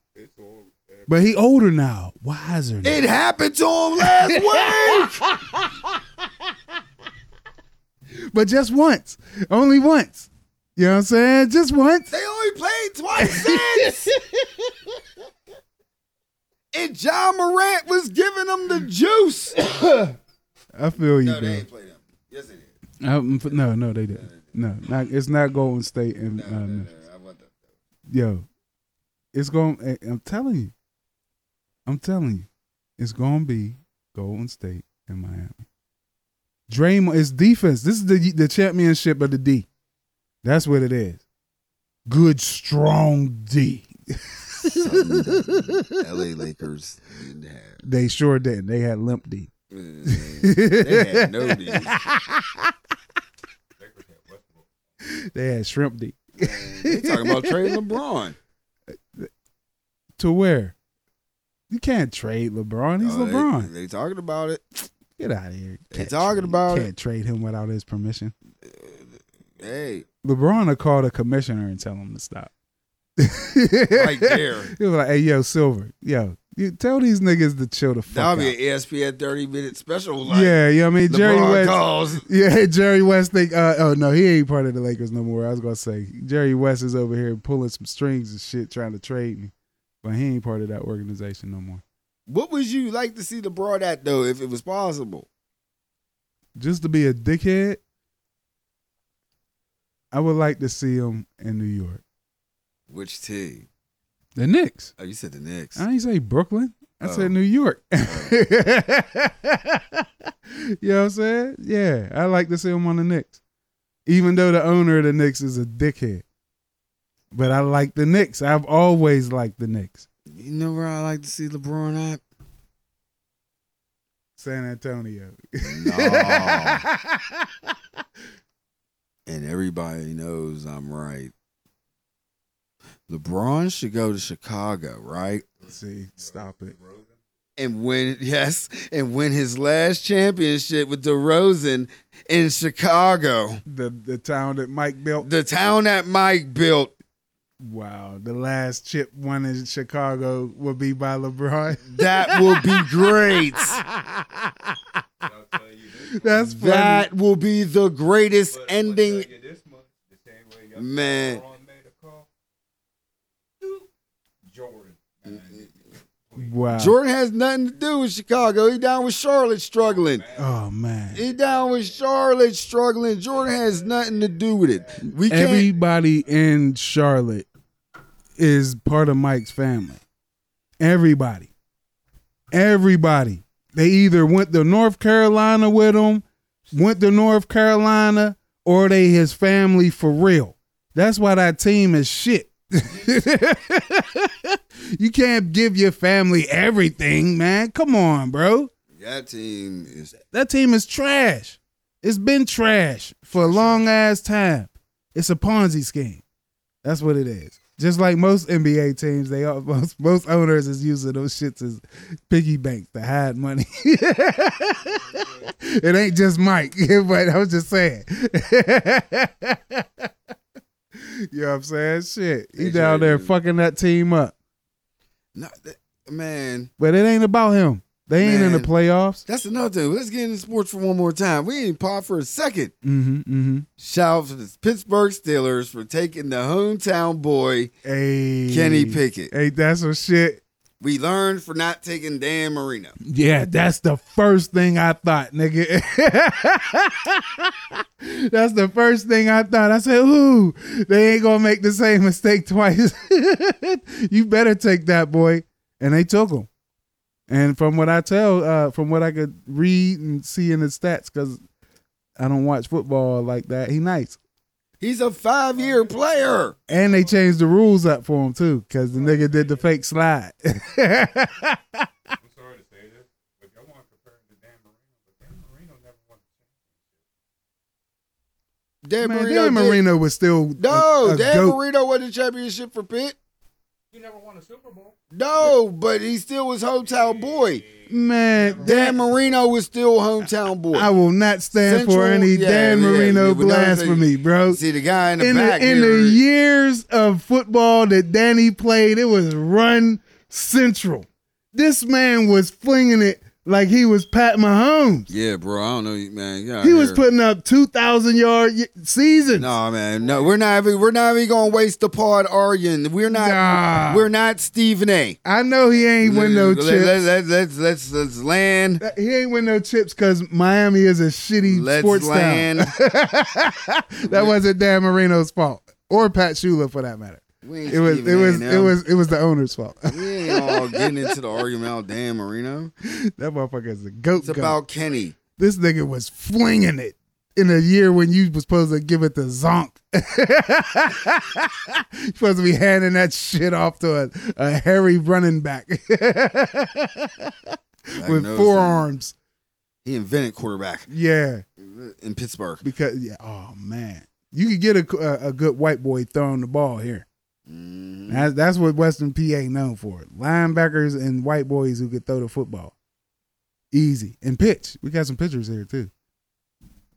Speaker 1: But he older now, wiser. Now.
Speaker 2: It happened to him last week.
Speaker 1: but just once, only once. You know what I'm saying? Just once.
Speaker 2: they only played twice since. and John Morant was giving them the juice.
Speaker 1: I feel you, bro.
Speaker 2: played him. Yes, they did.
Speaker 1: Um, f- no, no, they didn't. No, not, it's not Golden State and uh, Memphis.
Speaker 2: I want that.
Speaker 1: yo, it's going. to I'm telling you, I'm telling you, it's going to be Golden State and Miami. Draymond, it's defense. This is the the championship of the D. That's what it is. Good, strong D.
Speaker 2: L.A. Lakers didn't have.
Speaker 1: They sure didn't. They had limp D.
Speaker 2: They had no D.
Speaker 1: They had shrimp D.
Speaker 2: They talking about trading LeBron.
Speaker 1: To where? You can't trade LeBron. He's
Speaker 2: Oh, they-
Speaker 1: LeBron.
Speaker 2: They, talking about it.
Speaker 1: Get out of here.
Speaker 2: They talking about
Speaker 1: Can't
Speaker 2: it.
Speaker 1: trade him without his permission.
Speaker 2: Hey,
Speaker 1: LeBron will call the commissioner and tell him to stop.
Speaker 2: right there.
Speaker 1: He was like, "Hey, yo, Silver, yo, you tell these niggas to chill the
Speaker 2: That'll
Speaker 1: fuck
Speaker 2: be
Speaker 1: out."
Speaker 2: an E ESPN 30 minute special. Like,
Speaker 1: yeah, you know what I mean?
Speaker 2: LeBron
Speaker 1: Jerry West.
Speaker 2: calls.
Speaker 1: Yeah, Jerry West think, uh, oh no, he ain't part of the Lakers no more. I was gonna say Jerry West is over here pulling some strings and shit, trying to trade me, but he ain't part of that organization no more.
Speaker 2: What would you like to see LeBron at, though, if it was possible?
Speaker 1: Just to be a dickhead, I would like to see him in New York,
Speaker 2: Which team?
Speaker 1: the Knicks.
Speaker 2: Oh, you said the Knicks.
Speaker 1: I didn't say Brooklyn. I
Speaker 2: Oh.
Speaker 1: said New York. you know what I'm saying? Yeah, I like to see him on the Knicks. Even though the owner of the Knicks is a dickhead. But I like the Knicks. I've always liked the Knicks.
Speaker 2: You know where I like to see LeBron at?
Speaker 1: San Antonio.
Speaker 2: No. and everybody knows I'm right. LeBron should go to Chicago, right?
Speaker 1: See, stop it.
Speaker 2: And win, yes, and win his last championship with DeRozan in Chicago,
Speaker 1: The the town that Mike built.
Speaker 2: the town that Mike built.
Speaker 1: Wow. The last chip one in Chicago will be by LeBron.
Speaker 2: That will be great.
Speaker 4: I'll tell you this.
Speaker 1: That's funny.
Speaker 2: That will be the greatest
Speaker 4: But- but
Speaker 2: ending.
Speaker 4: tell you this much, the same way y'all
Speaker 2: Man.
Speaker 4: LeBron made a call. Doop. Jordan. man,
Speaker 1: wow.
Speaker 2: Jordan has nothing to do with Chicago. He down with Charlotte struggling.
Speaker 1: Oh man.
Speaker 2: He down with Charlotte struggling. Jordan has nothing to do with it. We can't.
Speaker 1: Everybody in Charlotte is part of Mike's family. Everybody. Everybody. They either went to North Carolina with him, went to North Carolina, or they his family for real. That's why that team is shit. you can't give your family everything, man. Come on, bro.
Speaker 2: that team is
Speaker 1: That team is trash. It's been trash for a long ass time. It's a Ponzi scheme. That's what it is. Just like most NBA teams, they are most, most owners is using those shits as piggy banks to hide money. it ain't just Mike, but I was just saying. you know what I'm saying? Shit. He
Speaker 2: That's
Speaker 1: down
Speaker 2: right,
Speaker 1: there
Speaker 2: dude.
Speaker 1: fucking that team up.
Speaker 2: No, that, man,
Speaker 1: But it ain't about him. They ain't in the
Speaker 2: Man.
Speaker 1: playoffs.
Speaker 2: that's another thing. Let's get into sports for one more time. We ain't paused for a second.
Speaker 1: Mm-hmm. Mm-hmm.
Speaker 2: Shout out to the Pittsburgh Steelers for taking the hometown boy
Speaker 1: Hey.
Speaker 2: Kenny Pickett.
Speaker 1: Hey, that's some shit.
Speaker 2: We learned for not taking Dan Marino.
Speaker 1: Yeah, that's the first thing I thought, nigga. that's the first thing I thought. I said, ooh, they ain't gonna make the same mistake twice. you better take that boy. And they took him. And from what I tell, uh, from what I could read and see in his stats, because I don't watch football like that, he nice.
Speaker 2: He's a five-year player.
Speaker 1: And they changed the rules up for him too, because the nigga did the fake slide.
Speaker 4: I'm sorry to say this, but y'all want to compare him to Dan Marino, but Dan Marino never won the championship.
Speaker 2: Dan
Speaker 1: Man,
Speaker 2: Marino.
Speaker 1: Dan
Speaker 2: did-
Speaker 1: Marino was still a-
Speaker 2: No,
Speaker 1: a
Speaker 2: Dan
Speaker 1: goat.
Speaker 2: Marino won the championship for Pitt.
Speaker 4: He never won a Super Bowl.
Speaker 2: No, but he still was hometown boy.
Speaker 1: Man,
Speaker 2: Dan
Speaker 1: Dan,
Speaker 2: Marino was still hometown boy.
Speaker 1: I will not stand for
Speaker 2: Central-
Speaker 1: any
Speaker 2: yeah,
Speaker 1: Dan
Speaker 2: yeah,
Speaker 1: Marino
Speaker 2: yeah, we know that-
Speaker 1: blasphemy, bro.
Speaker 2: See the guy in the
Speaker 1: In the,
Speaker 2: back.
Speaker 1: in
Speaker 2: there.
Speaker 1: the years of football that Danny played, it was run central. This man was flinging it like he was Pat Mahomes.
Speaker 2: yeah, bro. I don't know, man. Get out
Speaker 1: He was
Speaker 2: here.
Speaker 1: putting up two thousand yard y- seasons.
Speaker 2: No, man. No, we're not. Even, we're not even gonna waste the pod arguing. We're not.
Speaker 1: Nah.
Speaker 2: We're not Stephen A.
Speaker 1: I know he ain't win no chips.
Speaker 2: let, let, let, let's, let's let's land.
Speaker 1: That- he ain't win no chips because Miami is a shitty
Speaker 2: Let's
Speaker 1: sports
Speaker 2: land.
Speaker 1: town. That wasn't Dan Marino's fault or Pat Shula for that matter.
Speaker 2: We ain't
Speaker 1: It was
Speaker 2: Stephen
Speaker 1: it
Speaker 2: A
Speaker 1: was
Speaker 2: now.
Speaker 1: it was it was the owner's fault. that
Speaker 2: We ain't all getting into the argument about Dan Marino.
Speaker 1: motherfucker is a goat.
Speaker 2: It's
Speaker 1: goat.
Speaker 2: about Kenny.
Speaker 1: this nigga was flinging it in a year when you was supposed to give it to Zonk. you supposed to be handing that shit off to a, a hairy running back
Speaker 2: Like,
Speaker 1: with
Speaker 2: no,
Speaker 1: forearms.
Speaker 2: He invented quarterback
Speaker 1: Yeah,
Speaker 2: in Pittsburgh.
Speaker 1: because yeah. Oh man, you could get a, a, a good white boy throwing the ball here.
Speaker 2: Mhm.
Speaker 1: That's, that's what Western PA known for: linebackers and white boys who could throw the football easy and pitch. We got some pitchers here too.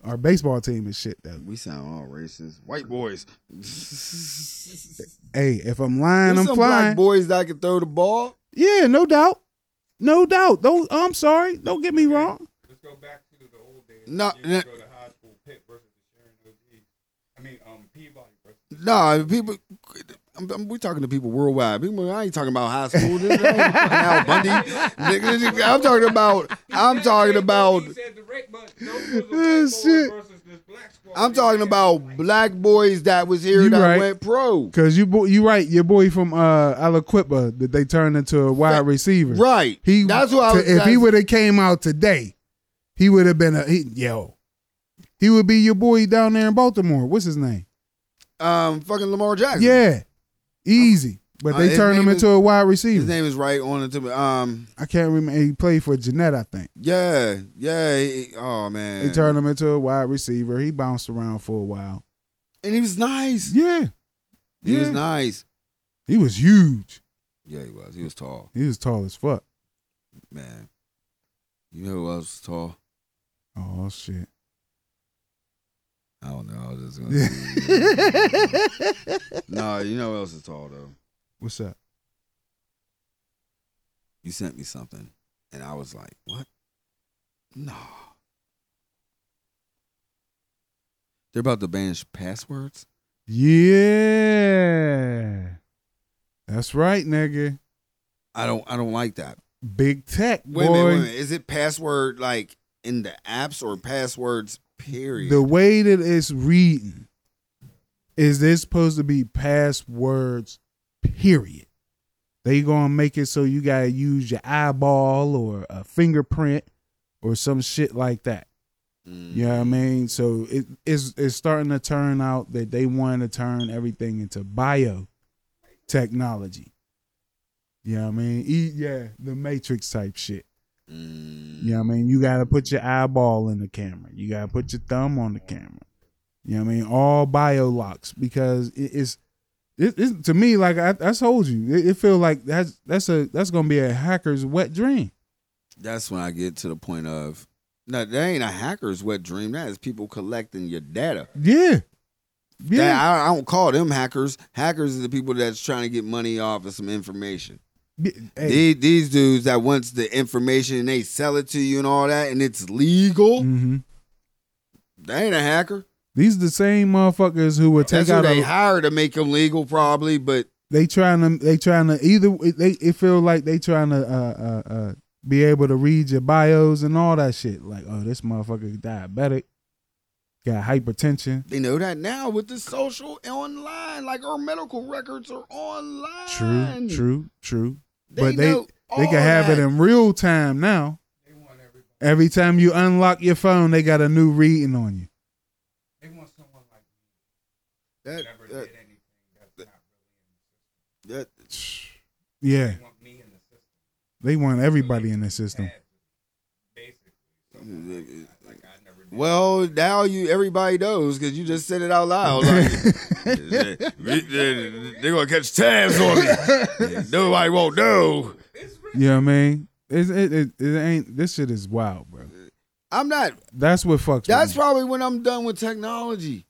Speaker 1: Our baseball team is shit though.
Speaker 2: We sound all racist. White boys.
Speaker 1: Hey, if I'm lying,
Speaker 2: There's
Speaker 1: I'm
Speaker 2: some
Speaker 1: flying.
Speaker 2: black boys that can throw the ball.
Speaker 1: yeah, no doubt, no doubt. Don't. I'm sorry. Don't get me wrong.
Speaker 4: Let's go back to the old days.
Speaker 2: No,
Speaker 4: you used to
Speaker 2: no.
Speaker 4: go to high school Pitt versus the Sharon OG. I mean, um, Peabody versus.
Speaker 2: No, people. I'm, I'm, we're talking to people worldwide. People, I ain't talking about high school. This ain't fucking Al Bundy. Nigga, I'm talking about. I'm talking about.
Speaker 4: He said the rape, but those was
Speaker 1: Oh, shit.
Speaker 4: a white boy versus this black squad.
Speaker 2: I'm talking about black boys that was here
Speaker 1: You
Speaker 2: that
Speaker 1: right.
Speaker 2: went pro.
Speaker 1: Cause you bo- you right. Your boy from uh Aliquippa that they turned into a wide
Speaker 2: That-
Speaker 1: receiver.
Speaker 2: Right.
Speaker 1: He
Speaker 2: That's what I
Speaker 1: to-
Speaker 2: was.
Speaker 1: if he
Speaker 2: that's-
Speaker 1: would have came out today, he would have been a he, yo. He would be your boy down there in Baltimore. What's his name?
Speaker 2: um, fucking Lamar Jackson.
Speaker 1: Yeah, easy. But
Speaker 2: Uh,
Speaker 1: they
Speaker 2: his
Speaker 1: turned him
Speaker 2: name
Speaker 1: into a wide
Speaker 2: His
Speaker 1: receiver.
Speaker 2: name is right on the tip. of- Um.
Speaker 1: I can't remember. He played for Jeanette, I think.
Speaker 2: Yeah. Yeah. he- oh man.
Speaker 1: They turned him into a wide receiver. He bounced around for a while.
Speaker 2: and he was nice.
Speaker 1: Yeah,
Speaker 2: He was
Speaker 1: Yeah.
Speaker 2: nice.
Speaker 1: he was huge.
Speaker 2: Yeah, he was. He was tall,
Speaker 1: He was tall as fuck.
Speaker 2: man. You know who else was tall?
Speaker 1: Oh shit.
Speaker 2: I don't know. I was just gonna. say-
Speaker 1: What's
Speaker 2: no, you know who else is tall though?
Speaker 1: up?
Speaker 2: you sent me something and i was like what no they're about to banish passwords
Speaker 1: Yeah, that's right, nigga.
Speaker 2: i don't i don't like that
Speaker 1: Big tech boy.
Speaker 2: wait a minute, wait a minute. is it password like in the apps or passwords period
Speaker 1: the way that it's reading is this supposed to be passwords period they gonna make it so you gotta use your eyeball or a fingerprint or some shit like that
Speaker 2: Mm.
Speaker 1: you know what i mean so it, it's, it's starting to turn out that they want to turn everything into bio technology you know what i mean E- yeah the matrix type shit
Speaker 2: Mm.
Speaker 1: you know what I mean? You got to put your eyeball in the camera. You got to put your thumb on the camera. You know what I mean? All bio locks because it- it's It, it, to me, like I, I told you, it, it feel like that's that's a that's gonna be a hacker's wet dream.
Speaker 2: That's when I get to the point of no, that ain't a hacker's wet dream. That is people collecting your data.
Speaker 1: Yeah, yeah.
Speaker 2: That- I, I don't call them hackers. Hackers are the people that's trying to get money off of some information.
Speaker 1: B- hey.
Speaker 2: These, these dudes that wants the information and they sell it to you and all that, and it's legal.
Speaker 1: Mhm.
Speaker 2: That ain't a hacker.
Speaker 1: These are the same motherfuckers who would take
Speaker 2: That's who
Speaker 1: out
Speaker 2: they
Speaker 1: a,
Speaker 2: hire to make them legal, probably. But
Speaker 1: they trying to they trying to either they it feel like they trying to uh, uh, uh, be able to read your bios and all that shit. Like, oh, this motherfucker diabetic, got hypertension.
Speaker 2: they know that now with the social and online, like our medical records are online.
Speaker 1: True, true, true.
Speaker 2: They
Speaker 1: but they
Speaker 2: know
Speaker 1: they can
Speaker 2: all
Speaker 1: have it
Speaker 2: that.
Speaker 1: in real time now. Every time you unlock your phone, they got a new reading on you.
Speaker 4: They want someone like me
Speaker 2: That,
Speaker 4: who never
Speaker 2: that,
Speaker 4: did anything that's not
Speaker 2: that,
Speaker 1: Yeah,
Speaker 4: they want me in the system.
Speaker 1: they want everybody in the system.
Speaker 4: Basically, like I never did.
Speaker 2: Well, now you everybody knows because you just said it out loud. Like, they're gonna catch tabs on me. Nobody won't know.
Speaker 1: You know what I mean? It's, it, it, it ain't this shit is wild, bro.
Speaker 2: I'm not.
Speaker 1: That's what fucks. with
Speaker 2: That's
Speaker 1: me.
Speaker 2: probably when I'm done with technology,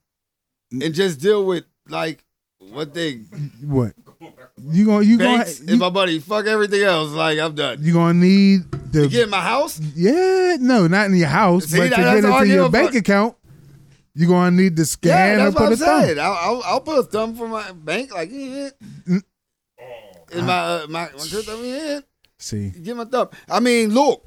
Speaker 1: Mm.
Speaker 2: and just deal with like what they.
Speaker 1: What you gonna you gonna
Speaker 2: Banks and
Speaker 1: you,
Speaker 2: my buddy. Fuck everything else. Like I'm done.
Speaker 1: you gonna need the
Speaker 2: You get in my house.
Speaker 1: yeah no not in your house
Speaker 2: See,
Speaker 1: but
Speaker 2: that-
Speaker 1: to
Speaker 2: that's
Speaker 1: get
Speaker 2: all I
Speaker 1: into
Speaker 2: give
Speaker 1: your
Speaker 2: a
Speaker 1: bank
Speaker 2: fuck.
Speaker 1: account you gonna need the
Speaker 2: Yeah,
Speaker 1: scan or
Speaker 2: that's
Speaker 1: put
Speaker 2: what I'm
Speaker 1: a thumb.
Speaker 2: saying. I'll, I'll I'll put a thumb for my bank. Like yeah.
Speaker 1: Mm.
Speaker 2: in my uh, my my crypto. Yeah.
Speaker 1: See,
Speaker 2: Give my thumb. I mean, look,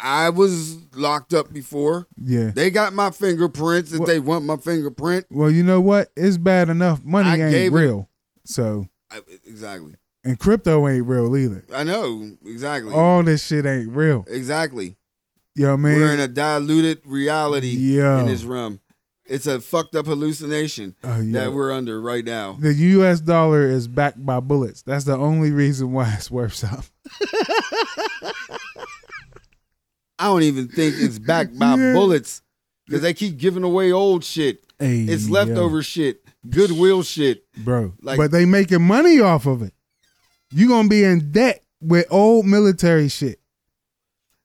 Speaker 2: I was locked up before.
Speaker 1: yeah.
Speaker 2: They got my fingerprints. If
Speaker 1: What-
Speaker 2: they want my fingerprint,
Speaker 1: Well, you know what? It's bad enough. Money
Speaker 2: I
Speaker 1: ain't
Speaker 2: gave it-
Speaker 1: real. So
Speaker 2: I, exactly.
Speaker 1: and crypto ain't real either.
Speaker 2: I know exactly.
Speaker 1: All this shit ain't real.
Speaker 2: exactly.
Speaker 1: You know what I
Speaker 2: We're in
Speaker 1: mean?
Speaker 2: a diluted reality
Speaker 1: Yo.
Speaker 2: in this realm. It's a fucked up hallucination
Speaker 1: Oh, yeah.
Speaker 2: that we're under right now.
Speaker 1: The U.S. dollar is backed by bullets. That's the only reason why it's worth something.
Speaker 2: I don't even think it's backed by
Speaker 1: Yeah.
Speaker 2: bullets because they keep giving away old shit.
Speaker 1: Hey,
Speaker 2: It's
Speaker 1: yo,
Speaker 2: leftover shit, goodwill shit.
Speaker 1: bro.
Speaker 2: like-
Speaker 1: but they making money off of it. You gonna be in debt with old military shit.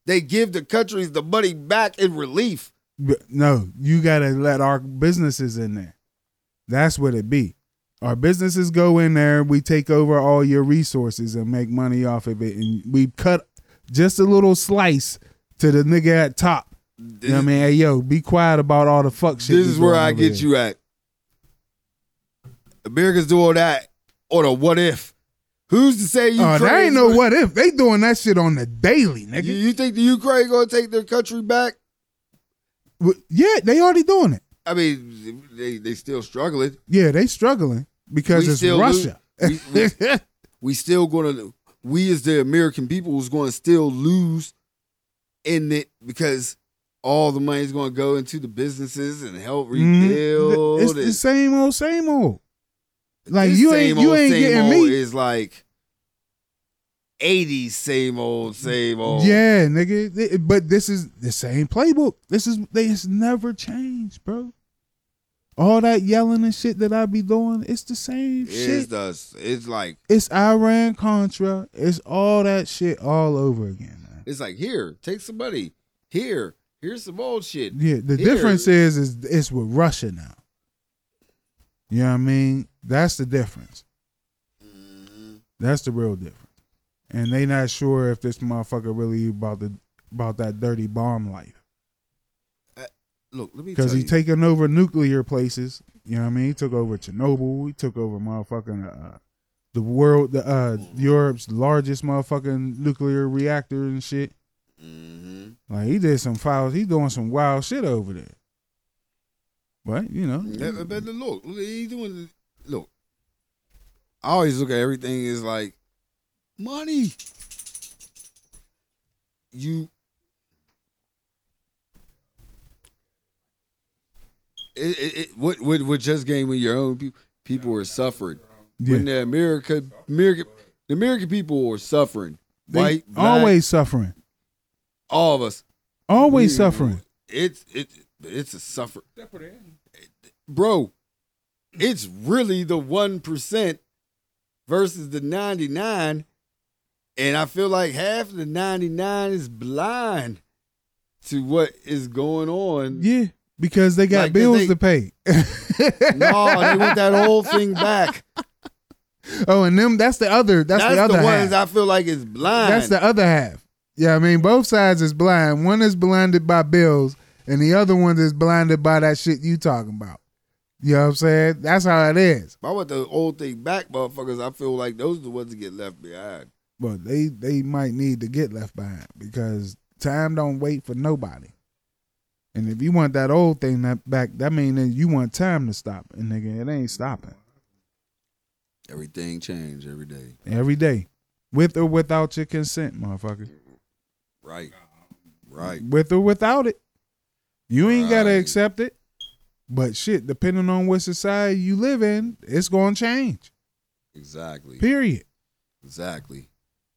Speaker 2: They give the countries the money back in relief.
Speaker 1: But no, you gotta let our businesses in there. That's what it be. Our businesses go in there, we take over all your resources and make money off of it, and we cut just a little slice to the nigga at top. You know what I mean? Hey yo, be quiet about all the fuck shit.
Speaker 2: This
Speaker 1: that's
Speaker 2: is where
Speaker 1: going
Speaker 2: I
Speaker 1: over
Speaker 2: get
Speaker 1: here.
Speaker 2: you at. America's doing that on a what if. Who's to say Ukraine?
Speaker 1: Uh, there ain't no what if. They doing that shit on the daily, nigga.
Speaker 2: You, you think the Ukraine gonna take their country back?
Speaker 1: Well, Yeah, they already doing it.
Speaker 2: I mean, they they still struggling.
Speaker 1: Yeah, they struggling because
Speaker 2: We
Speaker 1: it's
Speaker 2: still
Speaker 1: Russia.
Speaker 2: lose- we- We still gonna we as the American people is gonna still lose in it because all the money's gonna go into the businesses and help
Speaker 1: Mhm.
Speaker 2: rebuild.
Speaker 1: It's
Speaker 2: and-
Speaker 1: the same old, same old. Like
Speaker 2: This
Speaker 1: you
Speaker 2: same
Speaker 1: ain't you
Speaker 2: old,
Speaker 1: ain't
Speaker 2: same
Speaker 1: getting
Speaker 2: old
Speaker 1: me.
Speaker 2: Is like '80s same old, same old.
Speaker 1: Yeah, nigga. Th- But this is the same playbook. This is they it's never changed, bro. All that yelling and shit that I be doing, it's the same
Speaker 2: it's
Speaker 1: shit.
Speaker 2: the it's like
Speaker 1: it's Iran Contra. It's all that shit all over again, man.
Speaker 2: it's like here, take some money. Here, here's some old shit.
Speaker 1: Yeah, the
Speaker 2: Here.
Speaker 1: difference is is it's with Russia now. You know what I mean? That's the difference. That's the real difference. And they not sure if this motherfucker really about the about that dirty bomb life
Speaker 2: Look, let me
Speaker 1: because
Speaker 2: tell
Speaker 1: he
Speaker 2: you.
Speaker 1: taking over nuclear places. You know what I mean? He took over Chernobyl. He took over motherfucking uh, the world, the uh, Europe's largest motherfucking nuclear reactor and shit.
Speaker 2: Mhm.
Speaker 1: Like he did some files. He doing some wild shit over there. But you know,
Speaker 2: Yeah, but- but look, look, he doing. Look, I always look at everything is like money. You. It, it, it, what what what just game when your own people people are suffering
Speaker 1: yeah.
Speaker 2: when the America American the American people are suffering
Speaker 1: They
Speaker 2: white black,
Speaker 1: always suffering.
Speaker 2: all of us
Speaker 1: Always
Speaker 2: Yeah.
Speaker 1: suffering.
Speaker 2: it's it it's a suffer
Speaker 4: Except for them.
Speaker 2: bro it's really the one percent versus the ninety nine, and I feel like half of the ninety nine is blind to what is going on.
Speaker 1: Yeah, because they got
Speaker 2: Like, did
Speaker 1: bills
Speaker 2: they-
Speaker 1: to pay.
Speaker 2: No, they want that whole thing back.
Speaker 1: Oh, and them that's the other that's,
Speaker 2: That's,
Speaker 1: the
Speaker 2: the,
Speaker 1: other half.
Speaker 2: ones I feel like is blind.
Speaker 1: that's the other half. Yeah, I mean both sides is blind. One is blinded by bills and the other one is blinded by that shit you talking about. You know what I'm saying? That's how it is.
Speaker 2: if I want the old thing back, motherfuckers, I feel like those are the ones that get left behind.
Speaker 1: But they they might need to get left behind because time don't wait for nobody. And if you want that old thing that back, that means that you want time to stop. And nigga, it ain't stopping.
Speaker 2: Everything change every day.
Speaker 1: Every day. With or without your consent, motherfucker.
Speaker 2: Right. Right.
Speaker 1: with or without it. You ain't gotta
Speaker 2: Right.
Speaker 1: accept it. But shit, depending on what society you live in, it's gonna change.
Speaker 2: Exactly.
Speaker 1: Period.
Speaker 2: Exactly.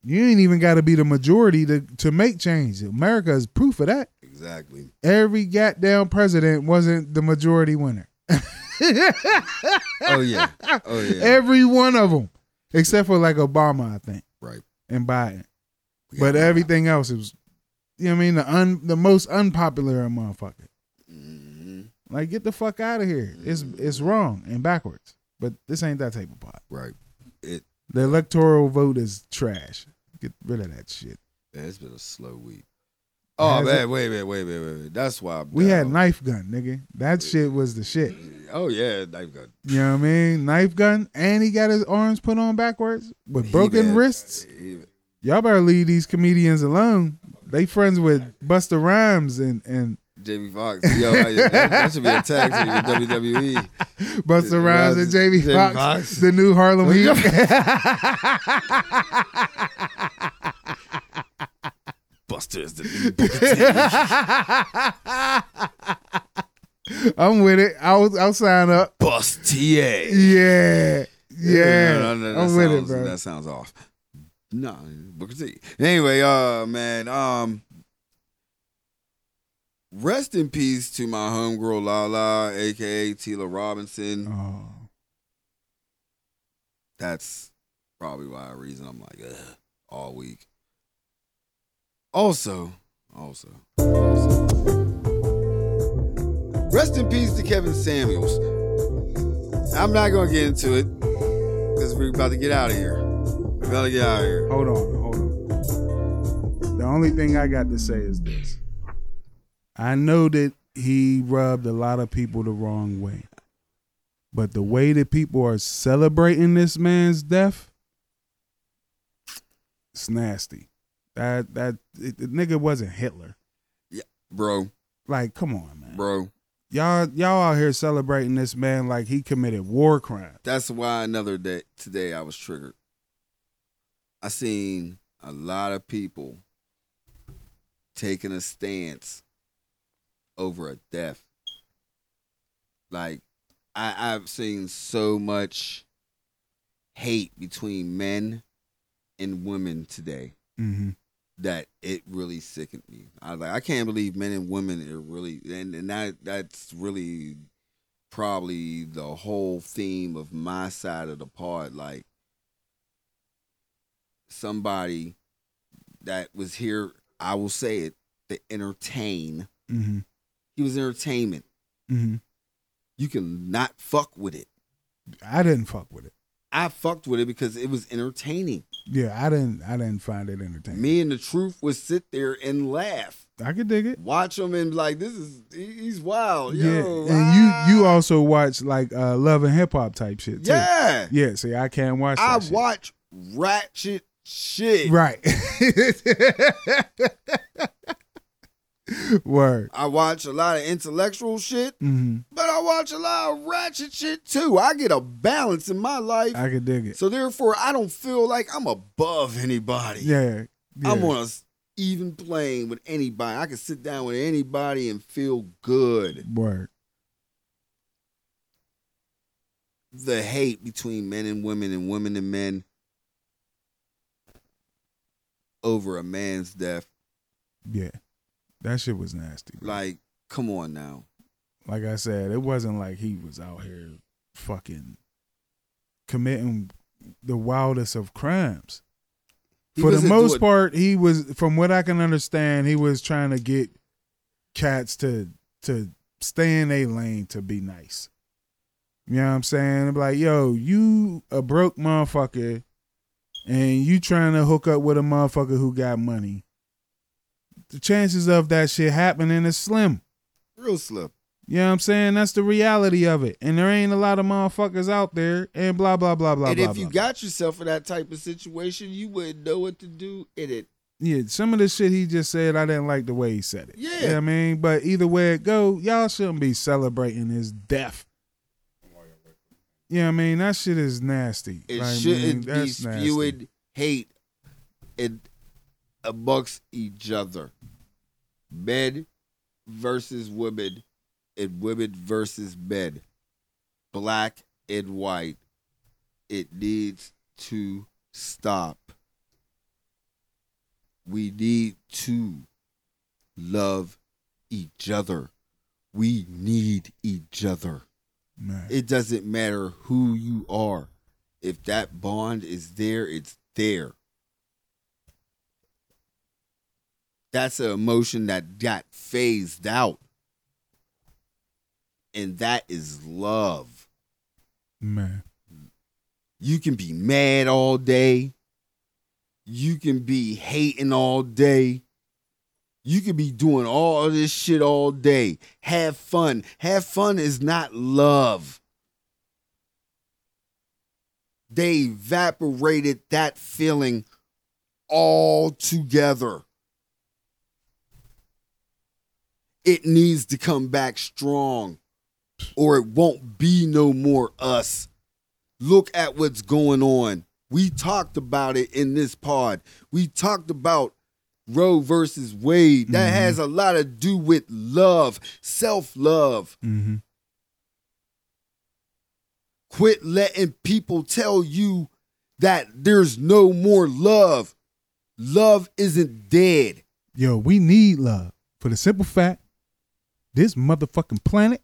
Speaker 1: You ain't even gotta be the majority to, to make change. America is proof of that.
Speaker 2: Exactly.
Speaker 1: Every goddamn president wasn't the majority winner.
Speaker 2: Oh yeah. Oh yeah.
Speaker 1: Every one of them, except for like Obama, I think,
Speaker 2: right.
Speaker 1: and Biden.
Speaker 2: We
Speaker 1: But
Speaker 2: got-
Speaker 1: everything else, it was, you know what I mean, the un, the most unpopular motherfucker.
Speaker 2: Mhm.
Speaker 1: Like, get the fuck out of here. It's
Speaker 2: Mm-hmm.
Speaker 1: it's wrong and backwards. But this ain't that type of pot.
Speaker 2: Right. It
Speaker 1: The electoral vote is trash. Get rid of that shit.
Speaker 2: man, it's been a slow week. Oh
Speaker 1: Has
Speaker 2: man, wait, wait, wait, wait, wait, wait. That's why I'm
Speaker 1: We had
Speaker 2: down.
Speaker 1: knife gun, nigga. That shit was the shit.
Speaker 2: Oh yeah, knife gun.
Speaker 1: You know what I mean? Knife gun, and he got his arms put on backwards with broken
Speaker 2: He bad.
Speaker 1: wrists.
Speaker 2: He-
Speaker 1: Y'all better leave these comedians alone. They friends with Buster Rhymes and and
Speaker 2: Jamie Foxx. Yo, that, that should be a tag team in E. WWE.
Speaker 1: Buster Rhymes and Jamie
Speaker 2: Jamie
Speaker 1: Foxx,
Speaker 2: Foxx.
Speaker 1: the new Harlem Heat.
Speaker 2: Buster is the new Booker T.
Speaker 1: I'm with it. I'll I'll sign up.
Speaker 2: Bust TA.
Speaker 1: Yeah. Yeah.
Speaker 2: No, no, no, that
Speaker 1: I'm with
Speaker 2: sounds-
Speaker 1: it, bro.
Speaker 2: That sounds off. No, Booker T. Anyway, uh, man, um, rest in peace to my homegirl Lala, aka Tila Robinson.
Speaker 1: Oh.
Speaker 2: That's probably why reason I'm like Ugh, all week. Also, also, also, rest in peace to Kevin Samuels. I'm not gonna get into it because we're about to get out of here. We're about to get out of here.
Speaker 1: Hold on. Hold on. The only thing I got to say is this. I know that he rubbed a lot of people the wrong way. But the way that people are celebrating this man's death, it's nasty. That that it, the nigga wasn't Hitler.
Speaker 2: Bro,
Speaker 1: Like, come on, man.
Speaker 2: bro,
Speaker 1: Y'all y'all out here celebrating this man like he committed war crimes.
Speaker 2: that's why another day today I was triggered. I seen a lot of people taking a stance over a death. Like I, I've seen so much hate between men and women today
Speaker 1: Mm-hmm.
Speaker 2: that it really sickened me. I was like I can't believe men and women are really and, and that that's really probably the whole theme of my side of the part. Like somebody that was here, I will say it, to entertain.
Speaker 1: Mm-hmm.
Speaker 2: He was entertainment.
Speaker 1: Mm-hmm.
Speaker 2: You can not fuck with it.
Speaker 1: I didn't fuck with it.
Speaker 2: I fucked with it because it was entertaining.
Speaker 1: Yeah, I didn't. I didn't find it entertaining.
Speaker 2: Me and the truth would sit there and laugh.
Speaker 1: I could dig it.
Speaker 2: watch him and be like, this is he- he's wild.
Speaker 1: yeah,
Speaker 2: Yo, ah.
Speaker 1: and you you also watch like uh, love and hip hop type shit too.
Speaker 2: yeah.
Speaker 1: yeah. See, I can't watch.
Speaker 2: I
Speaker 1: that shit.
Speaker 2: watch ratchet shit.
Speaker 1: Right. Word.
Speaker 2: I watch a lot of intellectual shit,
Speaker 1: hmm
Speaker 2: but I watch a lot of ratchet shit too. I get a balance in my life,
Speaker 1: I could dig it.
Speaker 2: so therefore I don't feel like I'm above anybody.
Speaker 1: Yeah. yeah.
Speaker 2: I'm on a s- even plane with anybody. I can sit down with anybody and feel good.
Speaker 1: Word.
Speaker 2: the hate between men and women and women and men over a man's death.
Speaker 1: Yeah. That shit was nasty. bro.
Speaker 2: Like, come on now.
Speaker 1: like I said, it wasn't like he was out here fucking committing the wildest of crimes.
Speaker 2: He
Speaker 1: For the
Speaker 2: wasn't
Speaker 1: most
Speaker 2: doing-
Speaker 1: part, he was, from what I can understand, he was trying to get cats to to stay in a lane to be nice. You know what I'm saying? I'm like, yo, you a broke motherfucker, and you trying to hook up with a motherfucker who got money. The chances of that shit happening is slim.
Speaker 2: real slip.
Speaker 1: You know what I'm saying? That's the reality of it. And there ain't a lot of motherfuckers out there and blah blah blah blah
Speaker 2: and
Speaker 1: blah.
Speaker 2: if you
Speaker 1: blah.
Speaker 2: got yourself in that type of situation, you wouldn't know what to do in it.
Speaker 1: yeah, some of the shit he just said, I didn't like the way he said it. You know
Speaker 2: Yeah.
Speaker 1: what I mean? But either way it go, y'all shouldn't be celebrating his death. You know what I mean? That shit is nasty.
Speaker 2: It
Speaker 1: Like, man,
Speaker 2: shouldn't be
Speaker 1: that's nasty.
Speaker 2: spewing hate and amongst each other. Men versus women and women versus men. Black and white. It needs to stop. We need to love each other. We need each other.
Speaker 1: Man.
Speaker 2: It doesn't matter who you are. If that bond is there, it's there. That's an emotion that got phased out. And that is love.
Speaker 1: man.
Speaker 2: You can be mad all day. You can be hating all day. You can be doing all this shit all day. Have fun. Have fun is not love. They evaporated that feeling all together. It needs to come back strong, or it won't be no more us look at what's going on. We talked about it in this pod. We talked about Roe versus Wade. That
Speaker 1: Mhm.
Speaker 2: has a lot to do with love, self love.
Speaker 1: Mm-hmm.
Speaker 2: Quit letting people tell you that there's no more love. Love isn't dead.
Speaker 1: Yo, we need love for the simple fact this motherfucking planet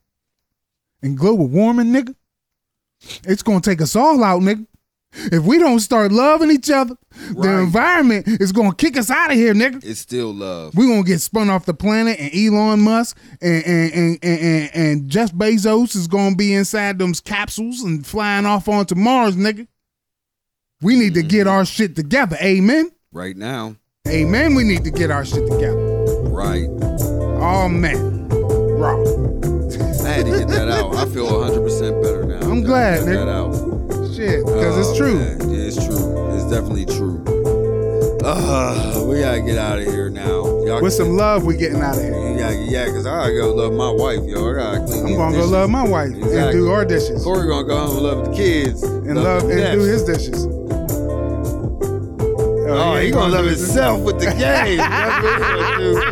Speaker 1: and global warming, nigga, it's gonna take us all out, nigga. If we don't start loving each other, the
Speaker 2: Right.
Speaker 1: environment is gonna kick us out of here, nigga.
Speaker 2: It's still love.
Speaker 1: We're gonna get spun off the planet, and Elon Musk and and, and, and, and and Jeff Bezos is gonna be inside them capsules and flying off onto Mars, nigga. We need to
Speaker 2: Mm.
Speaker 1: get our shit together. Amen.
Speaker 2: Right now.
Speaker 1: Amen. We need to get our shit together.
Speaker 2: Right.
Speaker 1: Oh man. Raw.
Speaker 2: I had to get that out. I feel 100% better now.
Speaker 1: I'm
Speaker 2: that I
Speaker 1: glad,
Speaker 2: got
Speaker 1: nigga.
Speaker 2: that out.
Speaker 1: Shit, because
Speaker 2: Oh,
Speaker 1: it's true.
Speaker 2: man. Yeah, it's true. It's definitely true. Uh, we gotta get out of here now. Y'all
Speaker 1: With some love, we getting out of here.
Speaker 2: Yeah, yeah, cause I gotta go love my wife, yo. I gotta clean
Speaker 1: I'm
Speaker 2: these
Speaker 1: gonna go
Speaker 2: dishes.
Speaker 1: love my wife and
Speaker 2: Exactly.
Speaker 1: do our dishes.
Speaker 2: Corey gonna go home and love the kids
Speaker 1: And love
Speaker 2: the
Speaker 1: and do
Speaker 2: nephew.
Speaker 1: his dishes.
Speaker 2: Oh, he,
Speaker 1: ain't
Speaker 2: gonna, love
Speaker 1: do his dishes.
Speaker 2: himself with the game. That's what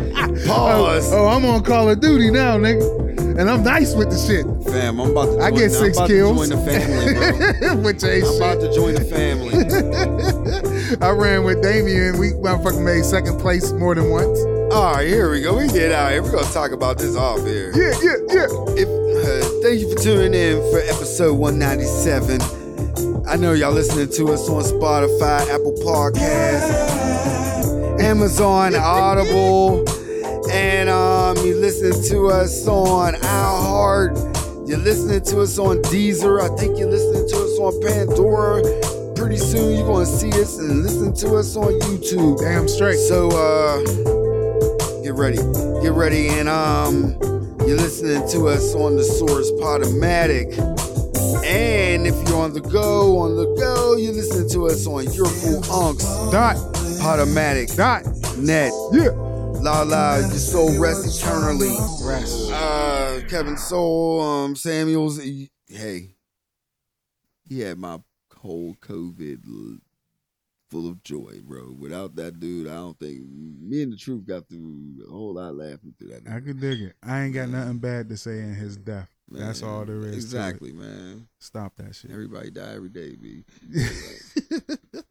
Speaker 2: he gonna do. Pause,
Speaker 1: Oh, I'm on Call of Duty now, nigga. And I'm nice with the shit.
Speaker 2: fam. I'm about to. Join,
Speaker 1: I get
Speaker 2: I'm
Speaker 1: six
Speaker 2: about to
Speaker 1: kills.
Speaker 2: join the family, bro.
Speaker 1: with Jay
Speaker 2: I'm about
Speaker 1: shit.
Speaker 2: to join the family.
Speaker 1: I ran with Damien. We motherfucking made second place more than once.
Speaker 2: All right, here we go. We get out here. We're gonna talk about this off here.
Speaker 1: Yeah, yeah, yeah.
Speaker 2: If, uh, thank you for tuning in for episode 197. I know y'all listening to us on Spotify, Apple Podcasts, Amazon, Audible, and um, you listening to us on iHeart. You're listening to us on Deezer. I think you're listening to us on Pandora. Pretty soon you're gonna see us and listen to us on YouTube.
Speaker 1: Damn straight.
Speaker 2: So uh get ready. Get ready and um you're listening to us on the Source Podomatic. And if you're on the go, on the go, you're listening to us on your cool unks.
Speaker 1: Dot,
Speaker 2: Podomatic.
Speaker 1: dot,
Speaker 2: Net.
Speaker 1: yeah.
Speaker 2: La la, your soul rests eternally.
Speaker 1: Rest.
Speaker 2: Uh Kevin Soul, um Samuels he- hey. He had my whole COVID l- full of joy, bro. Without that dude, I don't think me and the truth got through a whole lot laughing through that.
Speaker 1: I
Speaker 2: nigga.
Speaker 1: could dig it. I ain't got nothing bad to say in his death. That's
Speaker 2: Man,
Speaker 1: all there is. to it.
Speaker 2: Exactly, man.
Speaker 1: Stop that shit.
Speaker 2: Everybody die every day, b.